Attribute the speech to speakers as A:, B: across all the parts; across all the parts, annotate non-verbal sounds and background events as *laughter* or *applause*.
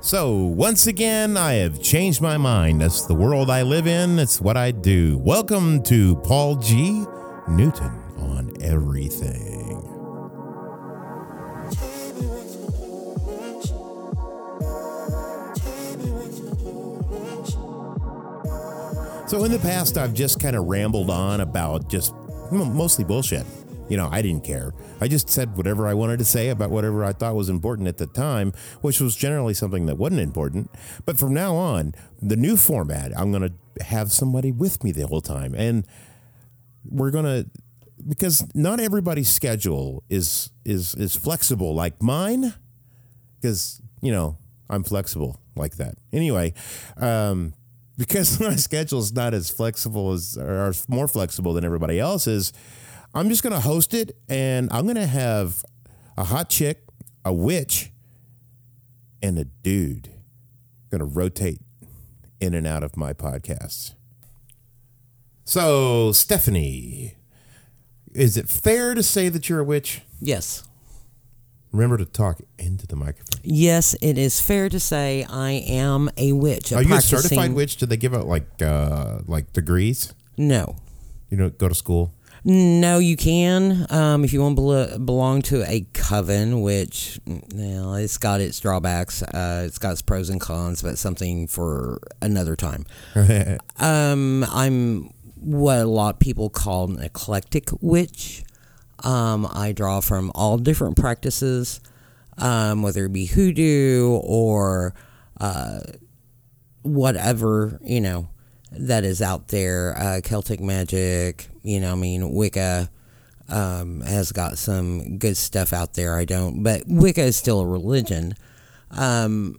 A: So, once again, I have changed my mind. That's the world I live in, it's what I do. Welcome to Paul G. Newton on everything. So in the past, I've just kind of rambled on about just you know, mostly bullshit. You know, I didn't care. I just said whatever I wanted to say about whatever I thought was important at the time, which was generally something that wasn't important. But from now on, the new format, I'm going to have somebody with me the whole time. And we're going to because not everybody's schedule is is is flexible like mine because you know I'm flexible like that. Anyway, um, because *laughs* my schedule is not as flexible as or more flexible than everybody else's, I'm just gonna host it and I'm gonna have a hot chick, a witch, and a dude gonna rotate in and out of my podcasts. So Stephanie, is it fair to say that you're a witch?
B: Yes.
A: Remember to talk into the microphone.
B: Yes, it is fair to say I am a witch.
A: Are you a
B: practicing-
A: certified witch? Do they give out like uh like degrees?
B: No.
A: You know, go to school. *laughs*
B: No, you can um, if you want to belo- belong to a coven, which mm, well, it's got its drawbacks, uh, it's got its pros and cons, but something for another time. um, I'm what a lot of people call an eclectic witch. Um, I draw from all different practices, um, whether it be hoodoo or uh, whatever you know that is out there uh, celtic magic you know i mean wicca um, has got some good stuff out there i don't but wicca is still a religion um,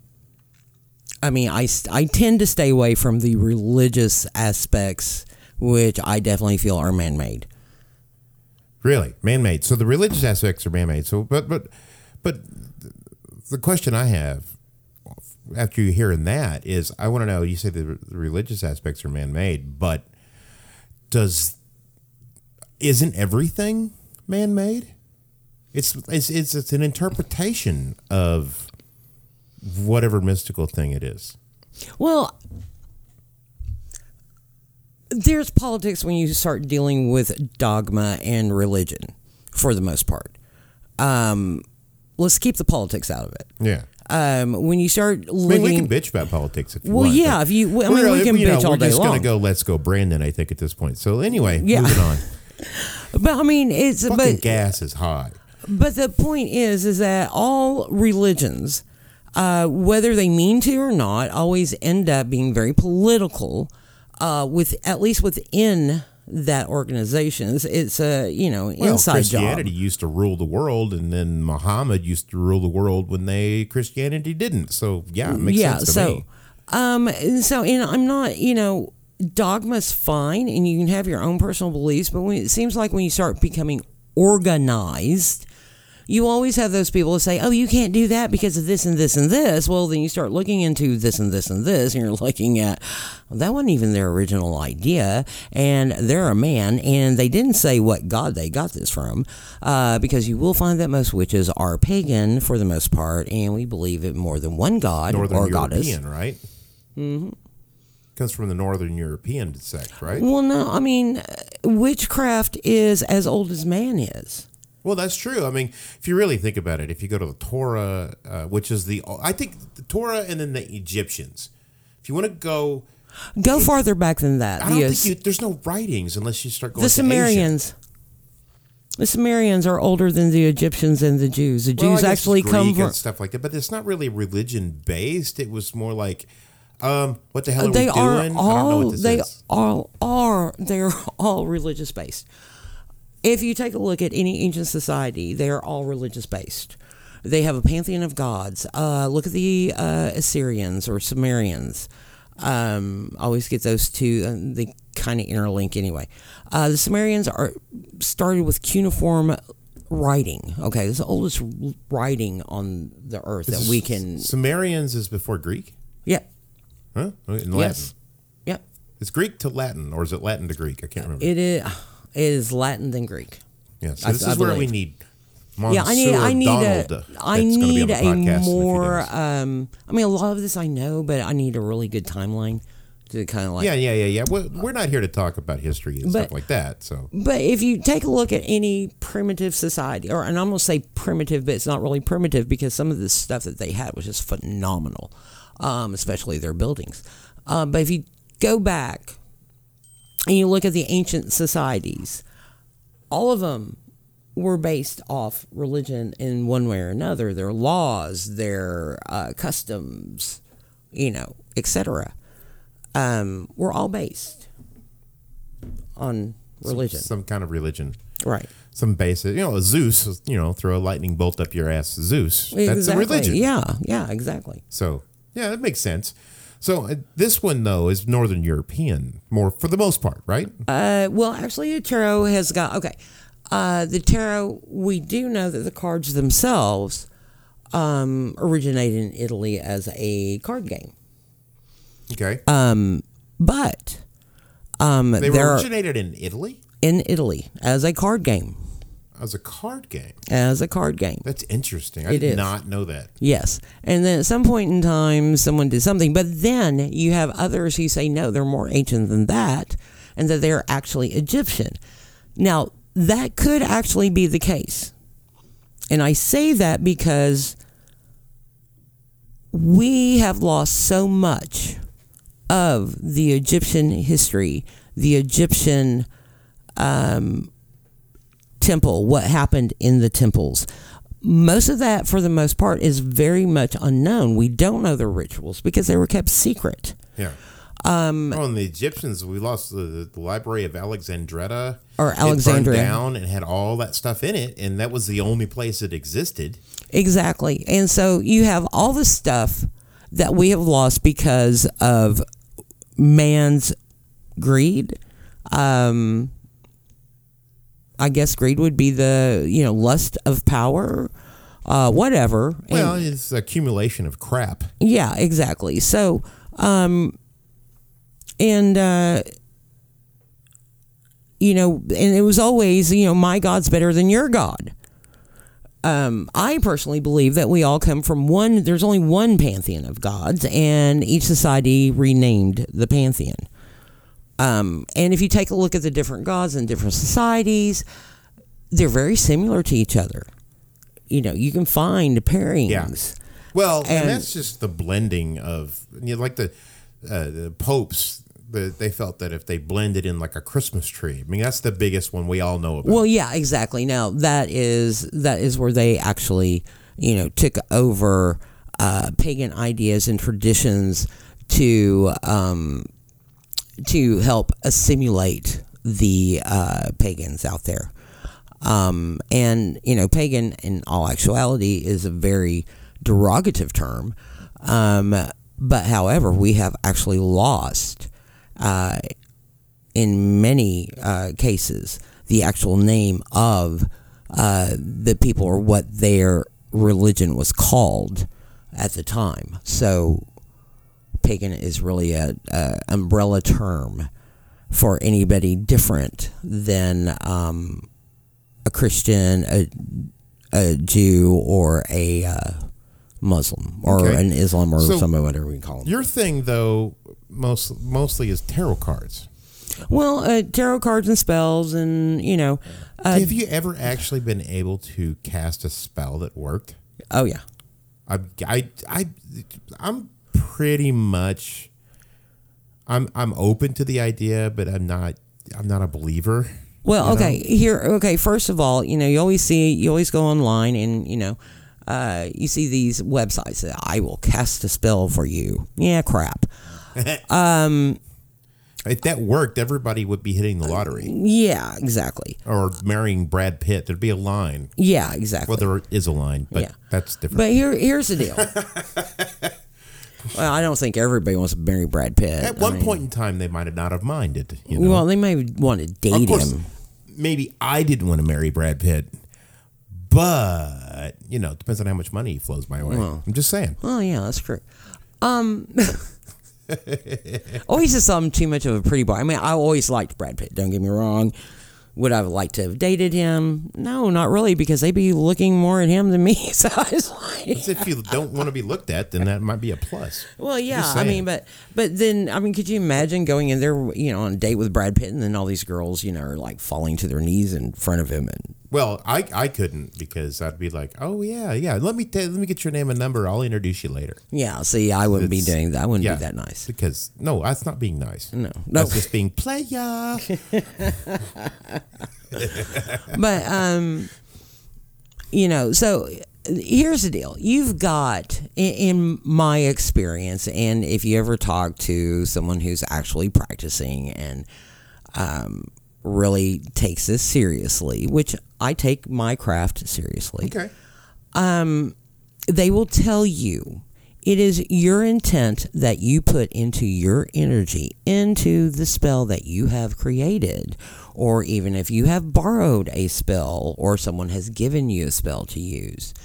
B: i mean I, st- I tend to stay away from the religious aspects which i definitely feel are man-made
A: Really, man-made. So the religious aspects are man-made. So, but but but the question I have after you hearing that is, I want to know. You say the, the religious aspects are man-made, but does isn't everything man-made? It's it's it's, it's an interpretation of whatever mystical thing it is.
B: Well, there's politics when you start dealing with dogma and religion, for the most part. Um, let's keep the politics out of it.
A: Yeah.
B: Um, when you start
A: I mean,
B: living,
A: we can bitch about politics if you
B: Well,
A: want.
B: yeah,
A: but
B: if you- well, I
A: we're-
B: mean, we can
A: you know,
B: bitch all
A: we're
B: day
A: just gonna
B: long.
A: go. Let's go, Brandon. I think at this point. So anyway,
B: Yeah.
A: moving
B: *laughs*
A: on.
B: but I mean, it's
A: Fucking
B: but
A: gas is high.
B: But the point is, is that all religions, uh, whether they mean to or not, always end up being very political. Uh, with at least within that organization, it's, it's a you know
A: Well,
B: inside job.
A: Christianity used to rule the world, and then Muhammad used to rule the world when they Christianity didn't. So yeah, it makes sense to
B: so,
A: me.
B: Um, and so, and I'm not, you know, dogma's fine, and you can have your own personal beliefs, but when, it seems like when you start becoming organized, you always have those people who say, "Oh, you can't do that because of this and this and this." Well, then you start looking into this and this and this, and you're *laughs* looking at that wasn't even their original idea, and they're a man, and they didn't say what god they got this from, uh, because you will find that most witches are pagan for the most part, and we believe in more than one god
A: Northern
B: or
A: European,
B: goddess.
A: right? Mm-hmm. Comes from the Northern European sect, right?
B: Well, no, I mean, witchcraft is as old as man is.
A: Well, that's true. I mean, if you really think about it, if you go to the Torah, uh, which is the I think the Torah, and then the Egyptians. If you want to go,
B: Go farther back than that.
A: I don't
B: The-
A: think you, there's no writings unless you start going.
B: the
A: to Asia.
B: Sumerians. The Sumerians are older than the Egyptians and the Jews. The
A: Well, I
B: Jews
A: guess
B: actually
A: Greek
B: come from.
A: and stuff like that, but it's not really religion based. It was more like, um, what the hell are
B: They
A: we
B: are
A: doing? I don't know
B: all.
A: what this
B: They
A: is.
B: all are. They're *laughs* all religious based. If you take a look at any ancient society, they are all religious based. They have a pantheon of gods. Uh, look at the uh, Assyrians or Sumerians. Um, I always get those two. Uh, they kind of interlink anyway. Uh, the Sumerians are started with cuniform writing. Okay, this is the oldest writing on the earth that we can.
A: Sumerians is before Greek,
B: Yeah.
A: huh? Oh, In Latin,
B: Yes. Yep.
A: it's Greek to Latin, or is it
B: *sighs*
A: Latin to Greek? I can't remember.
B: It is. It is Latin than Greek.
A: yeah, so
B: I-
A: this
B: I
A: is where we
B: believe.
A: need Monsieur
B: yeah, I need I need
A: Donald.
B: a I
A: that's gonna be on
B: need
A: the podcast in few
B: a
A: days.
B: more um I mean a lot of this I know, but I need a really good timeline to kind of like
A: yeah, yeah, yeah, yeah. We're, we're not here to talk about history and stuff
B: But-
A: like that. So
B: But if you take a look at any primitive society, or and I'm gonna say primitive, but it's not really primitive because some of the stuff that they had was just phenomenal, um, especially their buildings. Uh, but if you go back and you look at the ancient societies, all of them were based off religion in one way or another. Their laws, their uh, customs, you know, etc. Um, were all based on religion.
A: some kind of religion,
B: Right.
A: some basic, you know, Zeus. You know, throw a lightning bolt up your ass, Zeus. That's a
B: Exactly.
A: religion.
B: Yeah. Yeah. Exactly.
A: So yeah, that makes sense. So uh, this one though is Northern European, more for the most part, right?
B: Uh, well, actually, the tarot has got okay. Uh, the tarot, we do know that the cards themselves um, originated in Italy as a card game, Um,
A: okay,
B: Uh, but um,
A: they
B: they're
A: originated in Italy
B: in Italy as a card game.
A: as a card game.
B: As a card game.
A: That's interesting. I
B: It
A: did
B: is.
A: not know that.
B: Yes. And then at some point in time, someone did something. But then you have others who say, no, they're more ancient than that, and that they're actually Egyptian. Now, that could actually be the case. And I say that because we have lost so much of the Egyptian history, the Egyptian temple, what happened in the temples. Most of that, for the most part, is very much unknown. We don't know the rituals because they were kept secret.
A: Yeah. Um, oh, and the Egyptians, we lost the, the Library of Alexandretta.
B: Or
A: It burned
B: Alexandria.
A: down and had all that stuff in it, and that was the only place it existed.
B: Exactly. And so you have all the stuff that we have lost because of man's greed. Um, I guess greed would be the, you know, lust of power, uh, whatever. And-
A: Well, it's accumulation of crap.
B: Yeah, exactly. So, um, and, uh, you know, and it was always, you know, my God's better than your God. Um, I personally believe that we all come from one, there's only one pantheon of gods, and each society renamed the pantheon. Um, and if you take a look at the different gods in different societies, they're very similar to each other. You know, you can find pairings.
A: Well, and,
B: And-
A: that's just the blending of, you know, like the, uh, the popes, the, they felt that if they blended in like a Christmas tree, I mean, that's the biggest one we all know about.
B: Well, yeah, exactly. Now that is that is where they actually, you know, took over uh, pagan ideas and traditions to um, to help assimilate the uh, pagans out there. Um, and you know, pagan in all actuality is a very derogative term. Um, but however, we have actually lost uh, in many uh, cases the actual name of uh, the people or what their religion was called at the time. So, pagan is really a, a umbrella term for anybody different than um, a Christian, a, a Jew, or a uh, Muslim, or
A: Okay.
B: an Islam, or
A: So-
B: some whatever we call them.
A: Your thing, though, most, mostly is tarot cards.
B: Well, uh, tarot cards and spells, and you know, uh,
A: Have you ever actually been able to cast a spell that worked?
B: oh yeah.
A: I, I, I, I'm pretty much, I'm, I'm open to the idea, but I'm not, I'm not a believer.
B: Well, okay. Here, okay. First of all, you know, you always see, you always go online, and you know, uh, you see these websites that I will cast a spell for you. Yeah, crap.
A: If that worked, everybody would be hitting the lottery
B: Yeah, exactly.
A: or marrying Brad Pitt. There'd be a line.
B: Yeah, exactly.
A: Well, there is a line, but
B: Yeah.
A: that's different.
B: but here, here's the deal. *laughs* well, I don't think everybody wants to marry Brad Pitt.
A: At
B: I
A: one
B: mean-
A: point in time, they might have not have minded. You know?
B: well, they may want to date
A: of course,
B: him.
A: maybe I didn't want to marry Brad Pitt, but you know, it depends on how much money he flows my way. I'm just saying.
B: Oh yeah, that's true. *laughs* Um, always just saw him too much of a pretty boy. I mean, I always liked Brad Pitt. Don't get me wrong. Would I have liked to have dated him? No, not really, because they'd be looking more at him than me. *laughs* So I was like,
A: If you don't want to be looked at, then that might be a plus.
B: well, yeah.
A: Just
B: I
A: saying.
B: mean, but but then I mean, could you imagine going in there, you know, on a date with Brad Pitt, and then all these girls, you know, are like falling to their knees in front of him, and
A: Well, I, I couldn't because I'd be like, oh yeah, yeah. Let me ta- let me get your name and number. I'll introduce you later.
B: yeah. See, I wouldn't be
A: It's-
B: doing that. I wouldn't
A: Yeah,
B: be that nice.
A: Because no, that's not being nice.
B: No, no.
A: that's just being
B: *laughs*
A: playa.
B: but um you know so here's the deal you've got i- in my experience and if you ever talk to someone who's actually practicing and um really takes this seriously which i take my craft seriously
A: okay.
B: Um, they will tell you it is your intent that you put into your energy into the spell that you have created or even if you have borrowed a spell or someone has given you a spell to use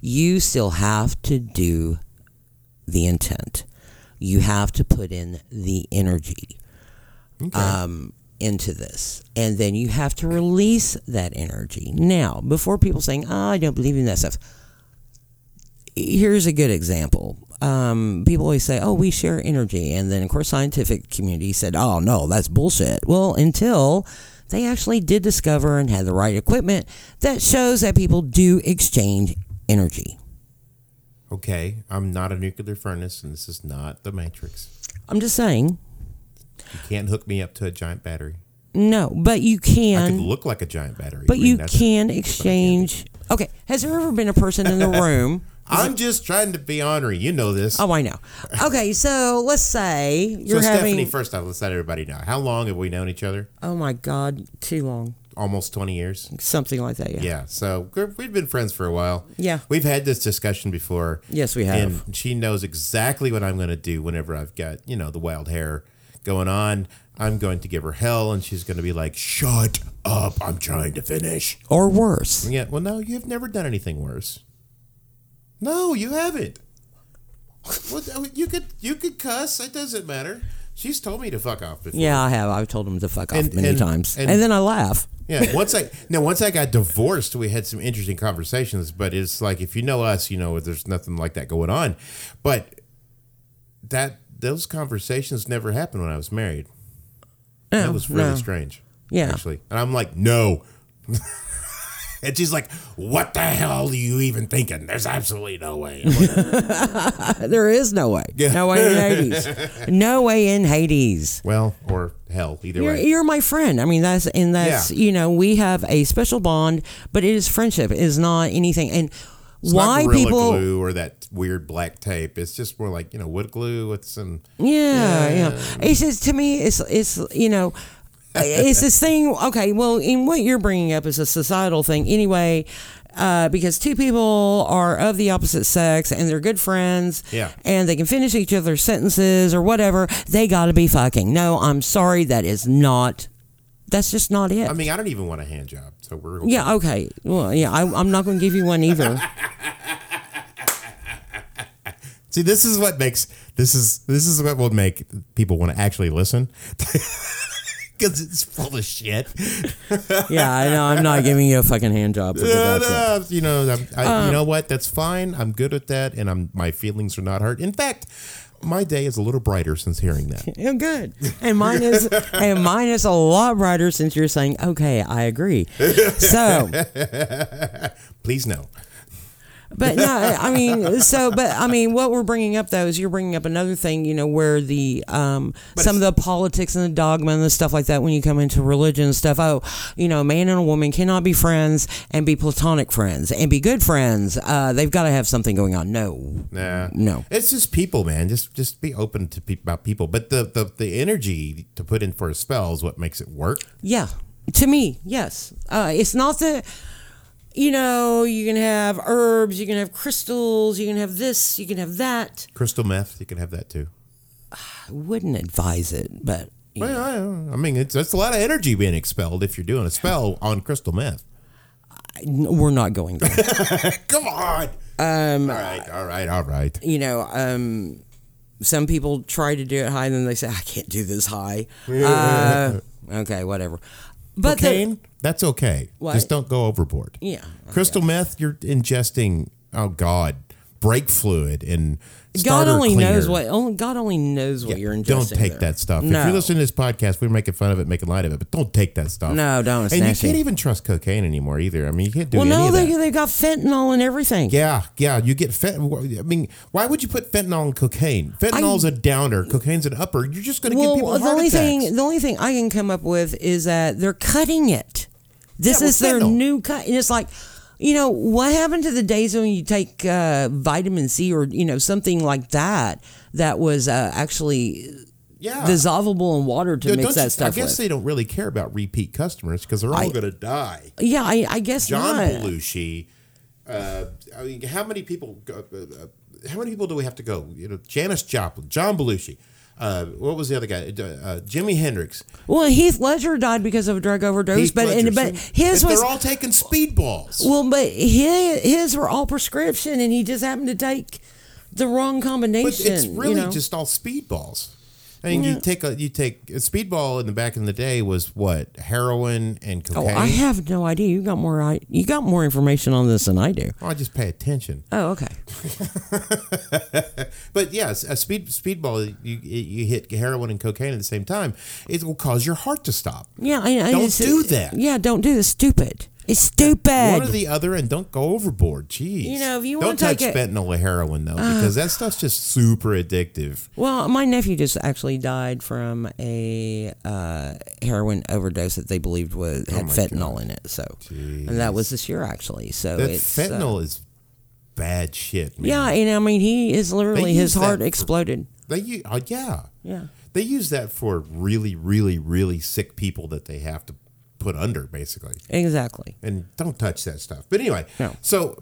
B: you still have to do the intent you have to put in the energy um, into this. And then you have to release that energy. Now, before people saying, oh, I don't believe in that stuff, here's a good example. Um, people always say, oh, we share energy. And then, of course, scientific community said, oh, no, that's bullshit. Well, until they actually did discover and had the right equipment that shows that people do exchange energy.
A: Okay. I'm not a nuclear furnace, and this is not the Matrix.
B: I'm just saying,
A: You can't hook me up to a giant battery.
B: no, but you
A: I
B: can.
A: could look like a giant battery,
B: But
A: I mean,
B: you
A: that's-
B: can exchange. Okay. Has there ever been a
A: *laughs*
B: person in the room?
A: I'm just trying to be honorary. You know this.
B: Oh, I know. Okay, so let's say
A: so
B: you're
A: Stephanie,
B: having.
A: first off, let's let everybody know how long have we known each other?
B: Oh my God, too long,
A: Almost 20 years.
B: something like that. Yeah.
A: Yeah. So we're- we've been friends for a while.
B: Yeah.
A: We've had this discussion before.
B: Yes, we have.
A: And she knows exactly what I'm going to do whenever I've got, you know, the wild hair going on. I'm going to give her hell and she's going to be like, shut up. I'm trying to finish.
B: Or worse.
A: Yeah. Well, no, you've never done anything worse. No, you haven't. What, you could you could cuss. It doesn't matter. She's told me to fuck off before.
B: Yeah, I have. I've told him to fuck off
A: And-
B: many
A: and-
B: times,
A: and-
B: and, then I laugh.
A: Yeah, once I now once I got divorced, we had some interesting conversations. But it's like if you know us, you know there's nothing like that going on. But that those conversations never happened when I was married. that was really
B: no.
A: strange.
B: Oh, Yeah.
A: actually, and I'm like, no. *laughs* and she's like, "What the hell are you even thinking? There's absolutely no way." I'm like,
B: There is no way. No way
A: *laughs*
B: in Hades. no way in Hades.
A: well, or hell, either
B: You're, e-,
A: way.
B: you're my friend. I mean, that's and that's
A: Yeah.
B: you know we have a special bond, but it is friendship. It is not anything. And
A: It's not
B: why
A: Gorilla
B: people
A: glue or that weird black tape? It's just more like you know wood glue um, with some.
B: Yeah, yeah. It's just to me, it's it's you know, it's this thing. Okay, well, in what you're bringing up is a societal thing anyway, uh, because two people are of the opposite sex and they're good friends.
A: Yeah.
B: and they can finish each other's sentences or whatever. They got to be fucking. No, I'm sorry, that is not. That's just not it.
A: I mean, I don't even want a hand job, so we're
B: yeah. Okay. Well, yeah. I, I'm not going to give you one either.
A: See, this is what makes this is this is what will make people want to actually *laughs* listen because it's full of shit.
B: yeah. I know. I'm not giving you a fucking hand job. For
A: *laughs* No,
B: that.
A: no, you know, I'm- I, you know what? That's fine. I'm good at that, and I'm my feelings are not hurt. In fact, my day is a little brighter since hearing that.
B: *laughs* Yeah, good. And mine is and mine is a lot brighter since you're saying, okay, I agree. So
A: Please no.
B: but no, I mean, so, but I mean, what we're bringing up though is you're bringing up another thing, you know, where the um, some of the politics and the dogma and the stuff like that when you come into religion and stuff. Oh, you know, a man and a woman cannot be friends and be platonic friends and be good friends. Uh, they've got to have something going on. No,
A: Nah.
B: No.
A: It's just people, man. Just just be open to people about people. But the, the the energy to put in for a spell is what makes it work.
B: Yeah, to me, yes. Uh, it's not that you know you can have herbs, you can have crystals, you can have this, you can have that.
A: Crystal meth, you can have that too.
B: I wouldn't advise it, but
A: Well, yeah, I mean, it's that's a lot of energy being expelled if you're doing a spell on crystal meth.
B: I- we're not going there.
A: *laughs* Come on. Um, all right, all right, all right.
B: you know, um, some
A: *laughs*
B: people try to do it high, and then they say, "I can't do this high." Uh, okay, whatever. But the-
A: cocaine, that's okay.
B: What?
A: Just don't go overboard.
B: Yeah.
A: Crystal meth, you're ingesting. Oh God, brake fluid and
B: God
A: starter
B: only
A: cleaner.
B: knows what only God only knows what you're ingesting.
A: Don't take
B: there.
A: that stuff.
B: No.
A: If you're listening to this podcast, we're making fun of it, making light of it, but don't take that stuff.
B: No, don't. It's
A: and
B: nasty.
A: you can't even trust cocaine anymore either. I mean, you can't do
B: Well,
A: any
B: no,
A: of
B: they
A: that.
B: they got fentanyl and everything.
A: Yeah, yeah. You get fentanyl. I mean, why would you put fentanyl in cocaine? Fentanyl's a downer. Cocaine's an upper. You're just going to
B: well,
A: give people
B: the
A: heart
B: only
A: attacks.
B: thing the only thing I can come up with is that they're cutting it. This
A: Yeah,
B: is
A: well,
B: their
A: fentanyl.
B: new cut, and it's like, you know, what happened to the days when you take uh, vitamin C or you know something like that that was uh, actually
A: yeah.
B: dissolvable in water to
A: Yeah,
B: mix
A: don't
B: that
A: you-
B: stuff
A: I guess
B: with.
A: they don't really care about repeat customers because they're all going to die.
B: yeah, I, I guess
A: John
B: not.
A: Belushi. Uh, I mean, how many people? go- Uh, uh, how many people do we have to go? You know, Janis Joplin, John Belushi. Uh, what was the other guy? Uh, uh, Jimi Hendrix.
B: Well, Heath Ledger died because of a drug overdose,
A: Heath
B: but
A: Ledger.
B: and, but
A: So-
B: his
A: but
B: was
A: they're all taking speedballs.
B: well, but his, his were all prescription, and he just happened to take the wrong combination.
A: But it's
B: you
A: really
B: know?
A: just all speedballs. I mean, you take a you take a speedball in the back in the day was what heroin and
B: Oh,
A: cocaine.
B: I have no idea. You got more. I you got more information on this than I do.
A: Oh, I just pay attention.
B: Oh, okay.
A: But yes, a speed speedball you you hit heroin and cocaine at the same time, it will cause your heart to stop.
B: Yeah, I, I
A: Don't
B: it's-
A: do that.
B: Yeah, don't do this. Stupid. It's stupid.
A: One or the other, and don't go overboard. Jeez,
B: You know, if you
A: don't
B: wanna take
A: touch
B: it- Ah.
A: fentanyl or heroin though, because that stuff's just super addictive.
B: well, my nephew just actually died from a uh, heroin overdose that they believed was
A: Oh
B: had fentanyl in it. So, and that was this year actually. So
A: That
B: it's uh,
A: fentanyl is bad shit. Man.
B: yeah, and I mean he is literally
A: They
B: his
A: use
B: heart
A: that for-
B: exploded.
A: They u- uh, yeah.
B: Yeah.
A: They use that for really, really, really sick people that they have to put under, basically.
B: Exactly.
A: And don't touch that stuff. But anyway,
B: No.
A: so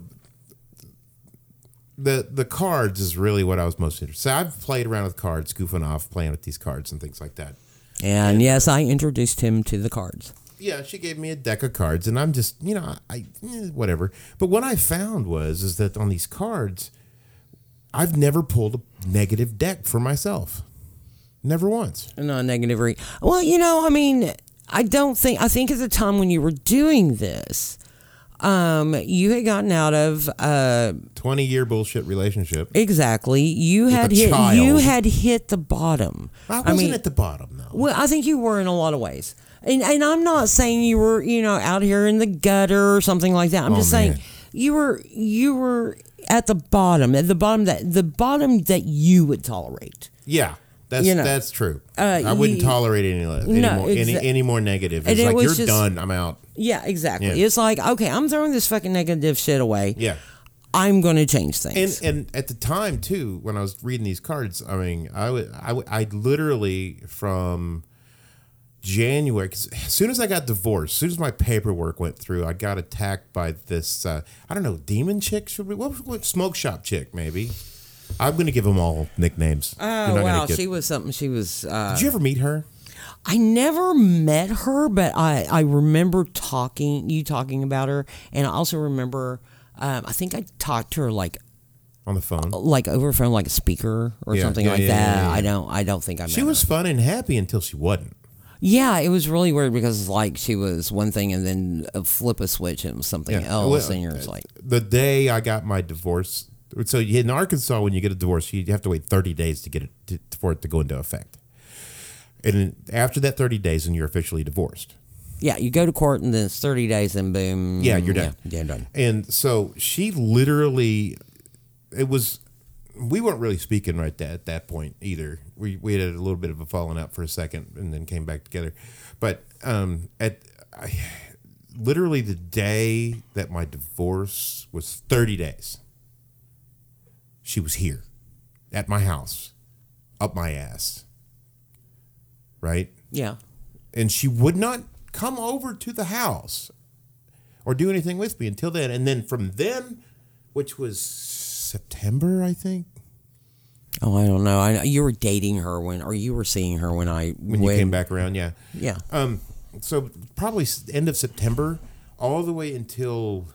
A: the the cards is really what I was most interested. So I've played around with cards, goofing off, playing with these cards and things like that.
B: And yes, I introduced him to the cards.
A: yeah, she gave me a deck of cards, and I'm just, you know, I eh, whatever. But what I found was is that on these cards, I've never pulled a negative deck for myself, never once.
B: No negative re. Well, you know, I mean, I don't think. I think at the time when you were doing this, um, you had gotten out of uh,
A: Twenty year bullshit relationship.
B: exactly. You had
A: a
B: hit. You
A: child.
B: had hit the bottom.
A: I wasn't at the bottom though.
B: Well, I think you were in a lot of ways. And and I'm not saying you were, you know, out here in the gutter or something like that. I'm
A: Oh,
B: just
A: man.
B: saying you were you were at the bottom, at the bottom that the bottom that you would tolerate.
A: Yeah, that's
B: You know.
A: that's true.
B: Uh,
A: I wouldn't
B: you-
A: tolerate any less, any,
B: No,
A: more, any,
B: exa-
A: any more negative.
B: And
A: It's
B: it
A: like
B: was
A: you're
B: just-
A: done. I'm out.
B: Yeah, exactly.
A: Yeah.
B: It's like, okay, I'm throwing this fucking negative shit away.
A: Yeah.
B: I'm going to change
A: and
B: things.
A: and at the time too when i was reading these cards i mean i would i would i literally from january 'cause as soon as i got divorced as soon as my paperwork went through i got attacked by this uh, i don't know demon chick should we what, what smoke shop chick maybe i'm gonna give them all nicknames You're
B: oh,
A: not gonna
B: wow.
A: get-
B: She was something. She was, uh,
A: did you ever meet her
B: I never met her, but I, I remember talking, you talking about her. And I also remember, um, I think I talked to her like,
A: on the phone
B: like over phone, like a speaker or
A: Yeah,
B: something
A: yeah,
B: like
A: yeah,
B: that.
A: yeah, yeah.
B: I don't, I don't think I met
A: she was fun and happy until she wasn't
B: her. Yeah. It was really weird because like she was one thing and then uh, flip a switch and it was something
A: Yeah.
B: else.
A: Well, uh,
B: and you're just like,
A: the day I got my divorce. So you- in Arkansas, when you get a divorce, you have to wait 30 days to get it to, for it to go into effect. And then after that 30 days, and you're officially divorced.
B: yeah, you go to court and then it's 30 days and boom.
A: Yeah, you're done.
B: Yeah, you're done.
A: And so she literally, it was, we weren't really speaking right that at that point either. We we had a little bit of a falling out for a second, and then came back together. But um, at I, literally the day that my divorce was thirty days, she was here, at my house, up my ass. Right
B: Yeah.
A: and she would not come over to the house or do anything with me until then. And then from then, which was September, I think,
B: Oh, I don't know. I you were dating her when, or you were seeing her when I
A: when you came back around, yeah.
B: Yeah,
A: Um, so probably s- end of September, all the way until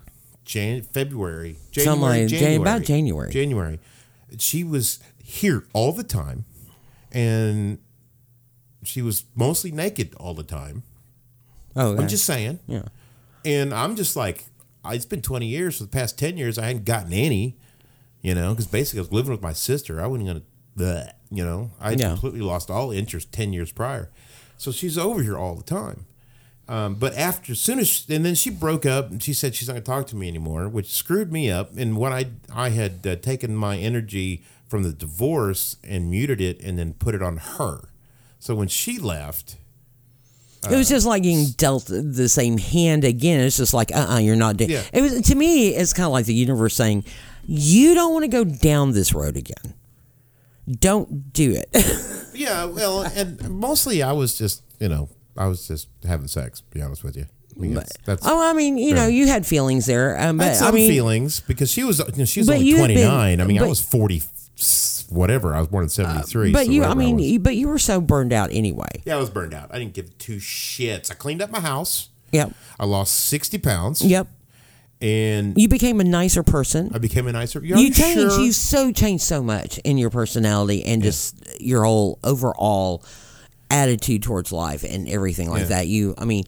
A: Jan- February,
B: Something
A: January,
B: like-
A: January,
B: Jan- about January.
A: January. She was here all the time, and she was mostly naked all the time.
B: Oh, okay.
A: I'm just saying.
B: yeah.
A: And I'm just like, I- it's been 20 years. For the past 10 years, I hadn't gotten any, you know, because basically I was living with my sister. I wasn't going to, you know, I
B: Yeah.
A: completely lost all interest 10 years prior. So she's over here all the time. Um, but after, as soon as, she, and then she broke up and she said she's not going to talk to me anymore, which screwed me up. And when I, I had uh, taken my energy from the divorce and muted it and then put it on her. So when she left, Uh,
B: It was just like getting dealt the same hand again. It's just like, uh, uh-uh, uh, you are not doing.
A: Yeah.
B: It was to me. It's kind of like the universe saying, you don't want to go down this road again. Don't do it. *laughs*
A: Yeah, well, and mostly I was just, you know, I was just having sex. To be honest with you, I mean, that's, that's
B: oh, I mean, you know, you had feelings there, um,
A: I
B: but
A: had some
B: I mean,
A: feelings because she was, you know, she was
B: But
A: only
B: you had
A: twenty
B: been-
A: nine. I mean, I
B: but- Uh,
A: was forty, whatever. I was born in seventy three.
B: but
A: so
B: you, I
A: whatever
B: mean,
A: was.
B: you, but you were so burned out anyway.
A: yeah, I was burned out. I didn't give two shits. I cleaned up my house.
B: Yep.
A: I lost sixty pounds.
B: Yep.
A: and
B: You became a nicer person.
A: I became a nicer.
B: you changed.
A: Sure?
B: You so changed so much in your personality and just your whole overall attitude towards life and everything like
A: Yeah.
B: that. You, I mean,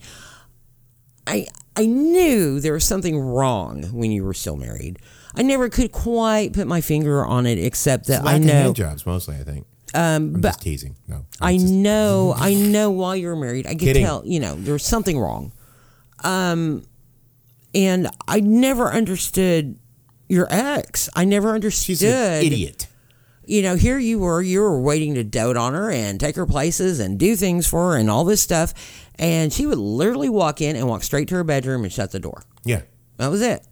B: I I knew there was something wrong when you were still married. I never could quite put my finger on it, except that I
A: Lack of
B: know
A: hand jobs mostly. I think. Um, I'm just teasing. No,
B: I
A: I'm just- *laughs*
B: know, I know. While you're married, I could
A: Kidding.
B: tell. You know, there's something wrong. Um, and I never understood your ex. I never understood.
A: she's an idiot.
B: You know, here you were, you were waiting to dote on her and take her places and do things for her and all this stuff, and she would literally walk in and walk straight to her bedroom and shut the door.
A: Yeah,
B: That was it.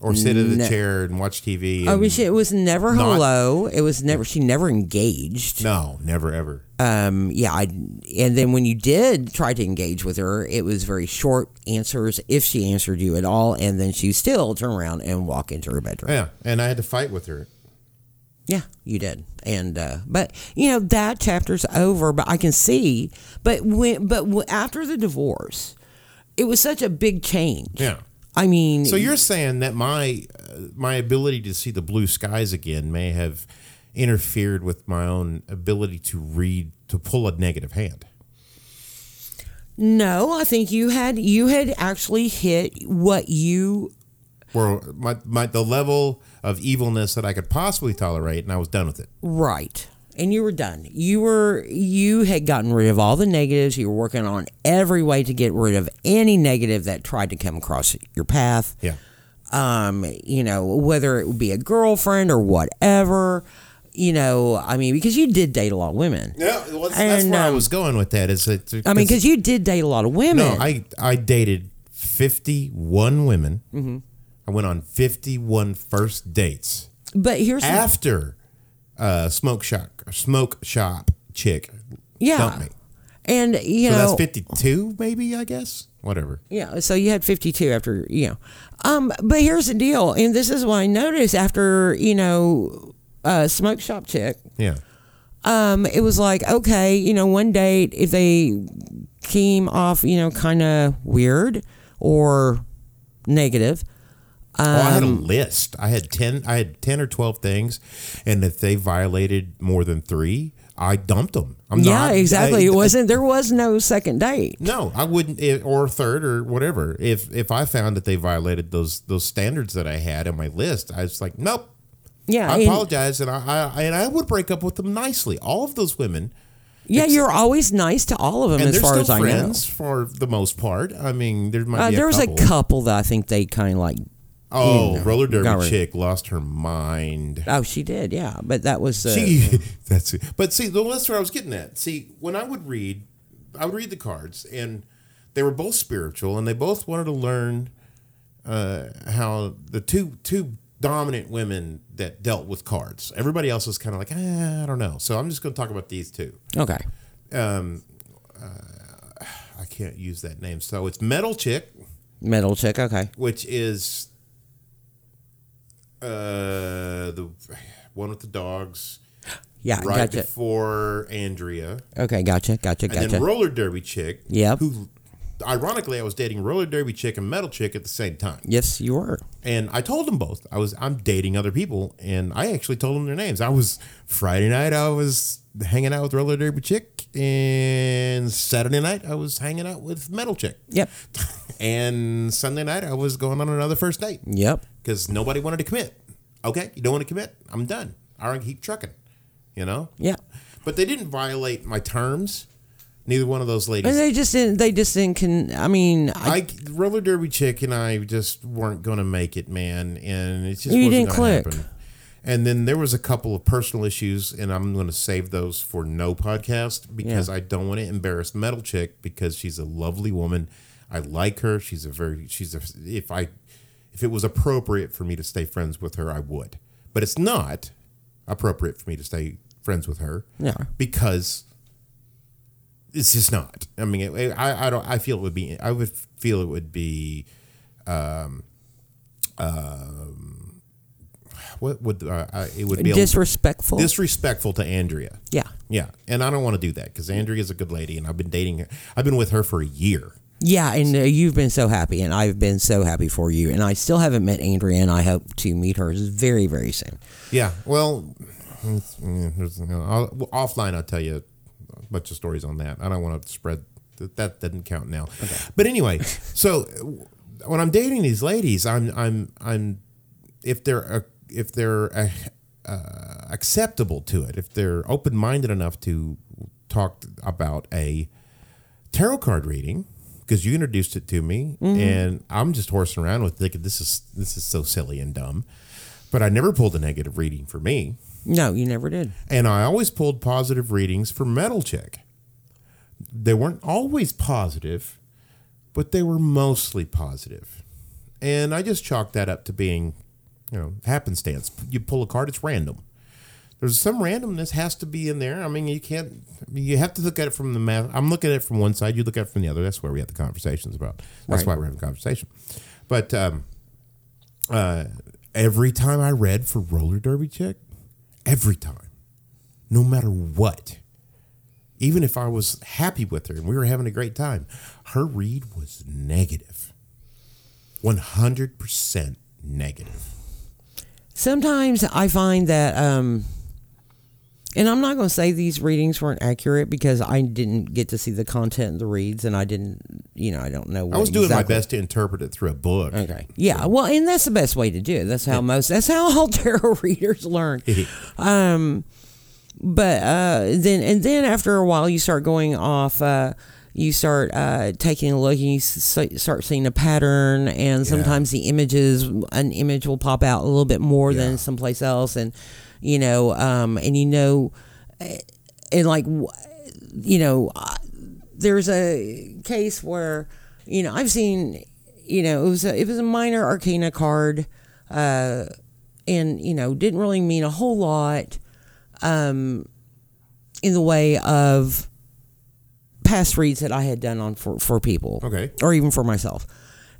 A: or sit in the
B: No.
A: chair and watch TV.
B: I
A: and-
B: mean, she, it was never
A: Not-
B: hello. It was never. She never engaged.
A: no, never ever.
B: um, yeah, I, and then when you did try to engage with her, it was very short answers if she answered you at all, and then she still turned around and walk into her bedroom.
A: Yeah, and I had to fight with her.
B: Yeah, you did, and uh, but you know that chapter's over. But I can see, but when but w- after the divorce, it was such a big change.
A: Yeah.
B: I mean,
A: So you're saying that my uh, my ability to see the blue skies again may have interfered with my own ability to read to pull a negative hand.
B: no, I think you had you had actually hit what you
A: Where my, my the level of evilness that I could possibly tolerate and I was done with it.
B: Right. And you were done. You were you had gotten rid of all the negatives. You were working on every way to get rid of any negative that tried to come across your path.
A: Yeah.
B: Um, you know, whether it would be a girlfriend or whatever, you know, I mean, because you did date a lot of women.
A: Yeah, well, that's,
B: And,
A: where I
B: um,
A: was going with that. Is that
B: I mean, because you did date a lot of women.
A: No, I I dated 51 women.
B: Mm-hmm.
A: I went on 51 first dates.
B: but here's the
A: after uh, smoke shock smoke shop chick
B: yeah,
A: dumped me.
B: and you
A: So
B: know
A: that's fifty two, maybe I guess. Whatever.
B: Yeah, so you had 52 after, you know. Um, but here's the deal, and this is what I noticed after, you know, uh, Smoke Shop Chick.
A: Yeah.
B: Um, it was like, okay, you know, one date, if they came off, you know, kind of weird or negative,
A: oh, I had a
B: Um,
A: list. I had ten. I had ten or twelve things, and if they violated more than three, I dumped them. I'm
B: yeah,
A: not,
B: exactly.
A: I-
B: it wasn't, there was no second date.
A: no, I wouldn't, eh, or third, or whatever. If if I found that they violated those those standards that I had in my list, I was like, nope,
B: Yeah.
A: I
B: and-
A: apologize, and I, I and I would break up with them nicely. All of those women
B: yeah, you're always nice to all of them
A: and
B: as
A: they're
B: far
A: still
B: as I know.
A: friends for the most part. I mean, there might
B: Uh,
A: be
B: there
A: a
B: was
A: couple.
B: a couple that I think they kind of like,
A: oh,
B: know,
A: roller derby
B: got rid-
A: chick lost her mind.
B: oh, she did. Yeah. But that was, uh,
A: She, *laughs* that's it. But see, well, that's where I was getting at. See, when I would read, I would read the cards, and they were both spiritual, and they both wanted to learn uh, how the two two dominant women that dealt with cards. Everybody else was kind of like, ah, I don't know. So I'm just going to talk about these two.
B: okay.
A: I can't use that name. So it's Metal Chick,
B: Metal chick. Okay.
A: which is uh the one with the dogs
B: Yeah,
A: right
B: gotcha.
A: before Andrea,
B: Okay, gotcha, gotcha,
A: and
B: gotcha.
A: then roller derby chick.
B: Yep.
A: Who, ironically, I was dating roller derby chick and metal chick at the same time,
B: yes, you were.
A: and I told them both I was I'm dating other people, and I actually told them their names. I was Friday night. I was hanging out with roller derby chick, and Saturday night I was hanging out with metal chick, *laughs*
B: Yep.
A: and Sunday night I was going on another first date
B: Yep.
A: because nobody wanted to commit. Okay, you don't want to commit. I'm done. I don't keep trucking. You know.
B: Yeah.
A: But they didn't violate my terms. Neither one of those ladies.
B: And they just didn't. They just didn't. Can I mean? I,
A: I roller derby chick and I just weren't gonna make it, man, and it just
B: You
A: wasn't
B: didn't
A: gonna
B: click.
A: happen. And then there was a couple of personal issues, and I'm gonna save those for no podcast because
B: Yeah.
A: I don't want to embarrass Metal Chick because she's a lovely woman. I like her. She's a very she's a if I if it was appropriate for me to stay friends with her, I would. But it's not appropriate for me to stay friends with her
B: Yeah.
A: because it's just not. I mean, it- it, I I don't. I feel it would be. I would feel it would be. Um, um, what would uh, I- it would be
B: disrespectful.
A: disrespectful to Andrea?
B: yeah.
A: Yeah, and I don't want to do that because Andrea is a good lady, and I've been dating her. I've been with her for a year.
B: Yeah, and uh, you've been so happy, and I've been so happy for you, and I still haven't met Andrea, and I hope to meet her very, very soon.
A: Yeah. Well, it's- yeah, there's, you know, I'll, well, offline, I'll tell you a bunch of stories on that. I don't want to spread that. That doesn't count now. But anyway, so w- when I'm dating these ladies, I'm I'm I'm if they're a, if they're uh uh, acceptable to it, if they're open minded enough to talk about a tarot card reading because you introduced it to me and I'm just horsing around with thinking this is this is so silly and dumb. But I never pulled a negative reading for me.
B: No, you never did.
A: And I always pulled positive readings for Metal Chick. They weren't always positive, but they were mostly positive. And I just chalked that up to being, you know, happenstance. You pull a card, it's random. There's some randomness has to be in there. I mean, you can't, you have to look at it from the math. I'm looking at it from one side, you look at it from the other. That's where we have the conversations about. That's
B: Right.
A: why we're having a conversation. But um, uh, every time I read for Roller Derby Chick, every time, no matter what, even if I was happy with her and we were having a great time, her read was negative. 100% negative.
B: Sometimes I find that, um, and I'm not going to say these readings weren't accurate because I didn't get to see the content of the reads, and I didn't, you know, I don't know. What
A: I was doing
B: exactly-
A: my best to interpret it through a book.
B: Okay. Yeah. Well, and that's the best way to do it. That's how most. That's how *laughs* all tarot readers learn. um, but uh, then and then after a while, you start going off. Uh, you start uh, taking a look, and you s- s- start seeing a pattern. And sometimes the images, an image will pop out a little bit more
A: Yeah.
B: than someplace else, and you know, um, and you know, eh, and like, wh- you know, I- there's a case where you know I've seen you know it was a, it was a minor arcana card uh and you know didn't really mean a whole lot um in the way of past reads that I had done on for for people
A: Okay.
B: or even for myself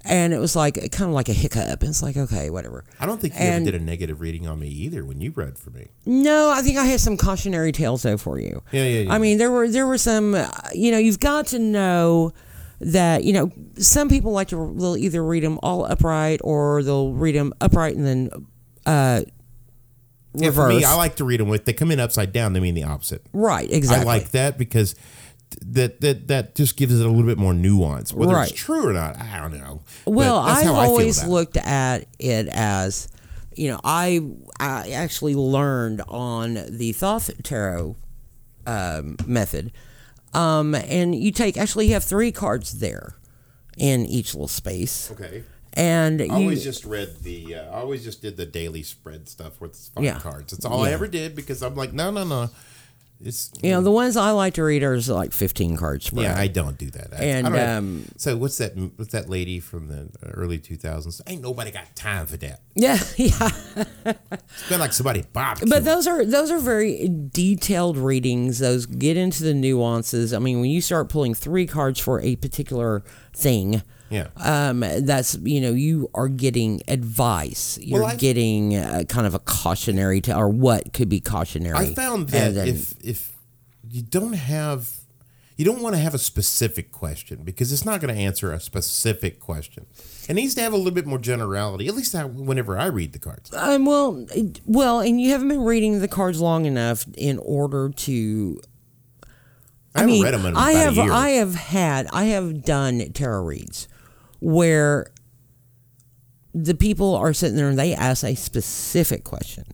B: and it was like kind of like a hiccup it's like okay whatever
A: I don't think you
B: And-
A: ever did a negative reading on me either when you read for me.
B: no, I think I had some cautionary tales though for you.
A: Yeah, yeah, yeah.
B: I mean, there were there were some. uh, You know, you've got to know that you know some people like to they'll either read them all upright or they'll read them upright and then uh,
A: Yeah, for
B: reverse.
A: me, I like to read them with, they come in upside down, they mean the opposite.
B: right, exactly.
A: I like that because th- that that that just gives it a little bit more nuance. Whether
B: Right.
A: it's true or not, I don't know. But
B: Well,
A: that's
B: I've
A: how I feel
B: always
A: about it.
B: looked at it as, you know, I I actually learned on the Thoth Tarot um, method, um, and you take actually you have three cards there in each little space,
A: Okay.
B: and you,
A: I always just read the. Uh, I always just did the daily spread stuff with five
B: Yeah.
A: cards. That's all I
B: Yeah.
A: ever did because I'm like, no, no, no. It's
B: you know the ones I like to read are just like fifteen cards spread.
A: yeah, I don't do that. I, I
B: And,
A: don't have-
B: um,
A: so what's that? What's that lady from the early 2000s? Ain't nobody got time for that.
B: *laughs* yeah, yeah.
A: It's been like somebody bobbed.
B: But those are those are very detailed readings. Those get into the nuances. I mean, when you start pulling three cards for a particular thing,
A: yeah.
B: um, that's you know you are getting advice. You're
A: I've-
B: getting uh kind of a cautionary tale, or what could be cautionary.
A: I found that
B: And then-
A: if if you don't have You don't want to have a specific question because it's not going to answer a specific question. It needs to have a little bit more generality, at least I, whenever I read the cards.
B: Um, well, well, and you haven't been reading the cards long enough in order to.
A: I, haven't read them in
B: I
A: about
B: have,
A: a year.
B: I have had, I have done tarot reads where the people are sitting there and they ask a specific question,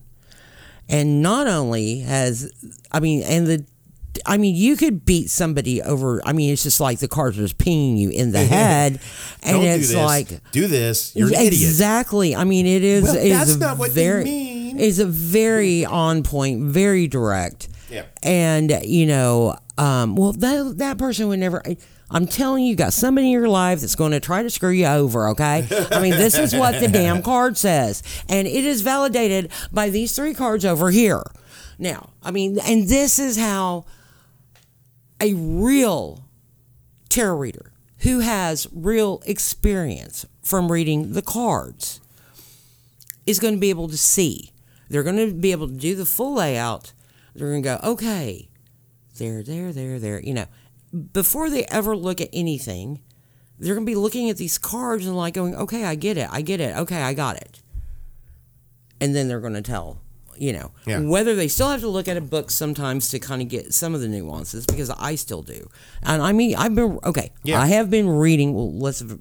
B: and not only has, I mean, and the. I mean, you could beat somebody over. I mean, it's just like the cards are just pinging you in
A: *laughs*
B: the head, and
A: don't do
B: it's
A: this.
B: like
A: do this. You're an idiot.
B: Exactly. I mean, it is.
A: Well,
B: it is
A: that's
B: a
A: not what you
B: very,
A: mean.
B: Is a very on point, very direct.
A: Yeah.
B: And you know, um, well, that that person would never. I, I'm telling you, you got somebody in your life that's going to try to screw you over. Okay. I mean, this is what the damn card says, and it is validated by these three cards over here. Now, I mean, and this is how a real tarot reader who has real experience from reading the cards is going to be able to see. They're going to be able to do the full layout. They're going to go, okay, there, there, there, there. You know, before they ever look at anything, they're going to be looking at these cards and like going, okay, I get it. I get it. Okay, I got it. And then they're going to tell, you know,
A: Yeah.
B: whether they still have to look at a book sometimes to kind of get some of the nuances because I still do. And I mean, I've been, okay,
A: Yeah.
B: I have been reading. Well, let's v-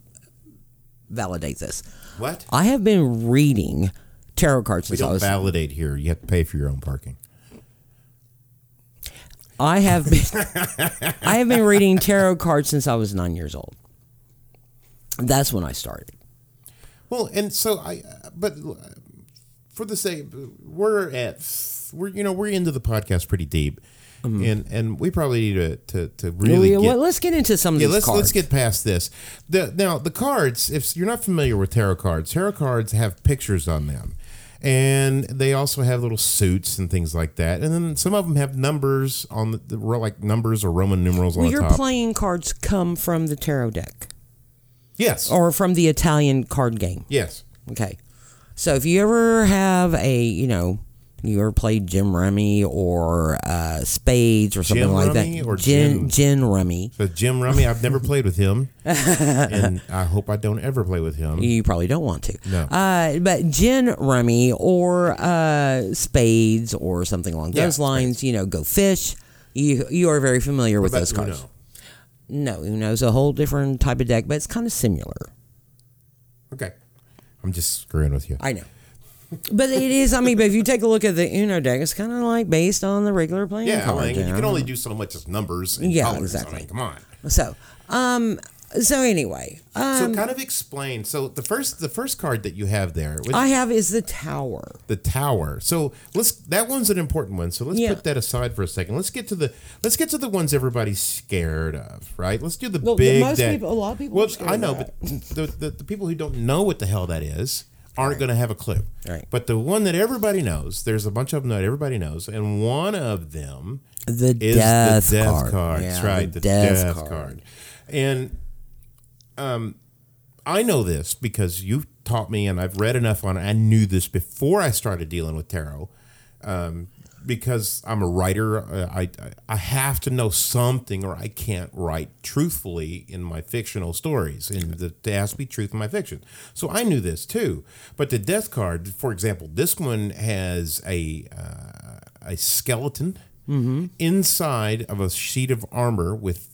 B: validate this.
A: What?
B: I have been reading tarot cards
A: We
B: since I
A: don't
B: was.
A: validate here. You have to pay for your own parking.
B: I have been.
A: *laughs*
B: I have been reading tarot cards since I was nine years old. That's when I started.
A: Well, and so I, but for the sake, we're at, we're you know we're into the podcast pretty deep, and and we probably need to to, to really
B: Mm-hmm. Well,
A: get.
B: well, let's get into some of
A: yeah,
B: these
A: let's
B: cards.
A: let's get past this. The, now the cards, if you're not familiar with tarot cards, tarot cards have pictures on them, and they also have little suits and things like that. And then some of them have numbers on the, the like numbers or Roman numerals
B: well,
A: on the
B: your
A: top.
B: playing cards come from the tarot deck
A: yes,
B: or from the Italian card game.
A: yes,
B: Okay. So if you ever have a, you know, you ever played Jim Rummy or uh, Spades or something
A: Gin
B: like
A: rummy
B: that.
A: or
B: gin,
A: gin?
B: gin Rummy.
A: But Jim Rummy, I've never played with
B: *laughs*
A: him, and I hope I don't ever play with him.
B: You probably don't want to.
A: No.
B: Uh, but gin rummy or uh, spades or something along
A: Yeah,
B: those lines, you know, go fish. You you are very familiar with
A: about
B: those cards.
A: Uno?
B: No, Uno's a whole different type of deck, but it's kind of similar.
A: Okay, I'm just screwing with you. *laughs*
B: I know. But it is, I mean, but if you take a look at the Uno deck, it's kind of like based on the regular playing
A: yeah, I
B: card.
A: mean,
B: you
A: you
B: know?
A: can only do so much as numbers. And
B: Yeah,
A: colors. I
B: exactly.
A: mean, come on.
B: So, um, so anyway, uh,
A: so kind of explain. So the first the first card that you have there with
B: I have is the Tower.
A: the tower. So let's that one's an important one. So let's
B: Yeah.
A: put that aside for a second. Let's get to the let's get to the ones everybody's scared of, right? Let's do the
B: Well,
A: big
B: most
A: that-
B: people- a lot of people
A: Well,
B: are scared
A: I
B: of
A: know,
B: that.
A: but the, the the people who don't know what the hell that is aren't going to have a clue.
B: Right.
A: But the one that everybody knows, there's a bunch of them that everybody knows, and one of them
B: The
A: is
B: death,
A: the death
B: card.
A: card.
B: Yeah,
A: That's right. The, death, card. And um, I know this because you taught me, and I've read enough on it. I knew this before I started dealing with tarot. Um, because I'm a writer, uh, I I have to know something, or I can't write truthfully in my fictional stories. And the, there has to be truth in my fiction. So I knew this too. But the death card, for example, this one has a uh, a skeleton
B: Mm-hmm.
A: inside of a sheet of armor with.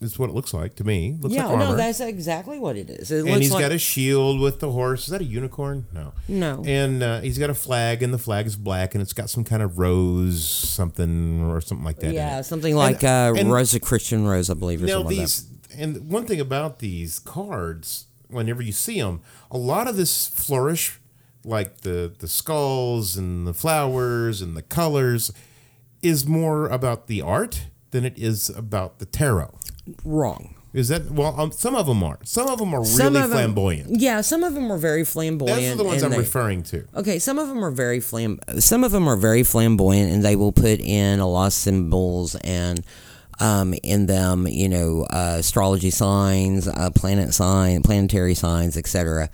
A: That's what it looks like to me. Looks
B: Yeah, oh,
A: like armor.
B: no, that's exactly what it is. It
A: and
B: looks
A: he's
B: like,
A: got a shield with the horse. Is that a unicorn? No.
B: No.
A: And uh, he's got a flag, and the flag is black, and it's got some kind of rose, something or something like that. in
B: Yeah,
A: it.
B: something like
A: And-
B: uh,
A: and-
B: Rosicrucian Rose, I believe, or
A: Now
B: something like that.
A: these, and one thing about these cards, whenever you see them, a lot of this flourish, like the the skulls and the flowers and the colors, is more about the art than it is about the tarot.
B: Wrong.
A: Is that well? Um, some of them are. Some of them are really
B: Some of 'em-
A: flamboyant.
B: Yeah, some of them are very flamboyant.
A: Those are the ones
B: and
A: I'm
B: they-
A: referring to.
B: Okay, some of them are very flam. Some of them are very flamboyant, and they will put in a lot of symbols and um, in them, you know, uh, astrology signs, uh, planet sign, planetary signs, etc.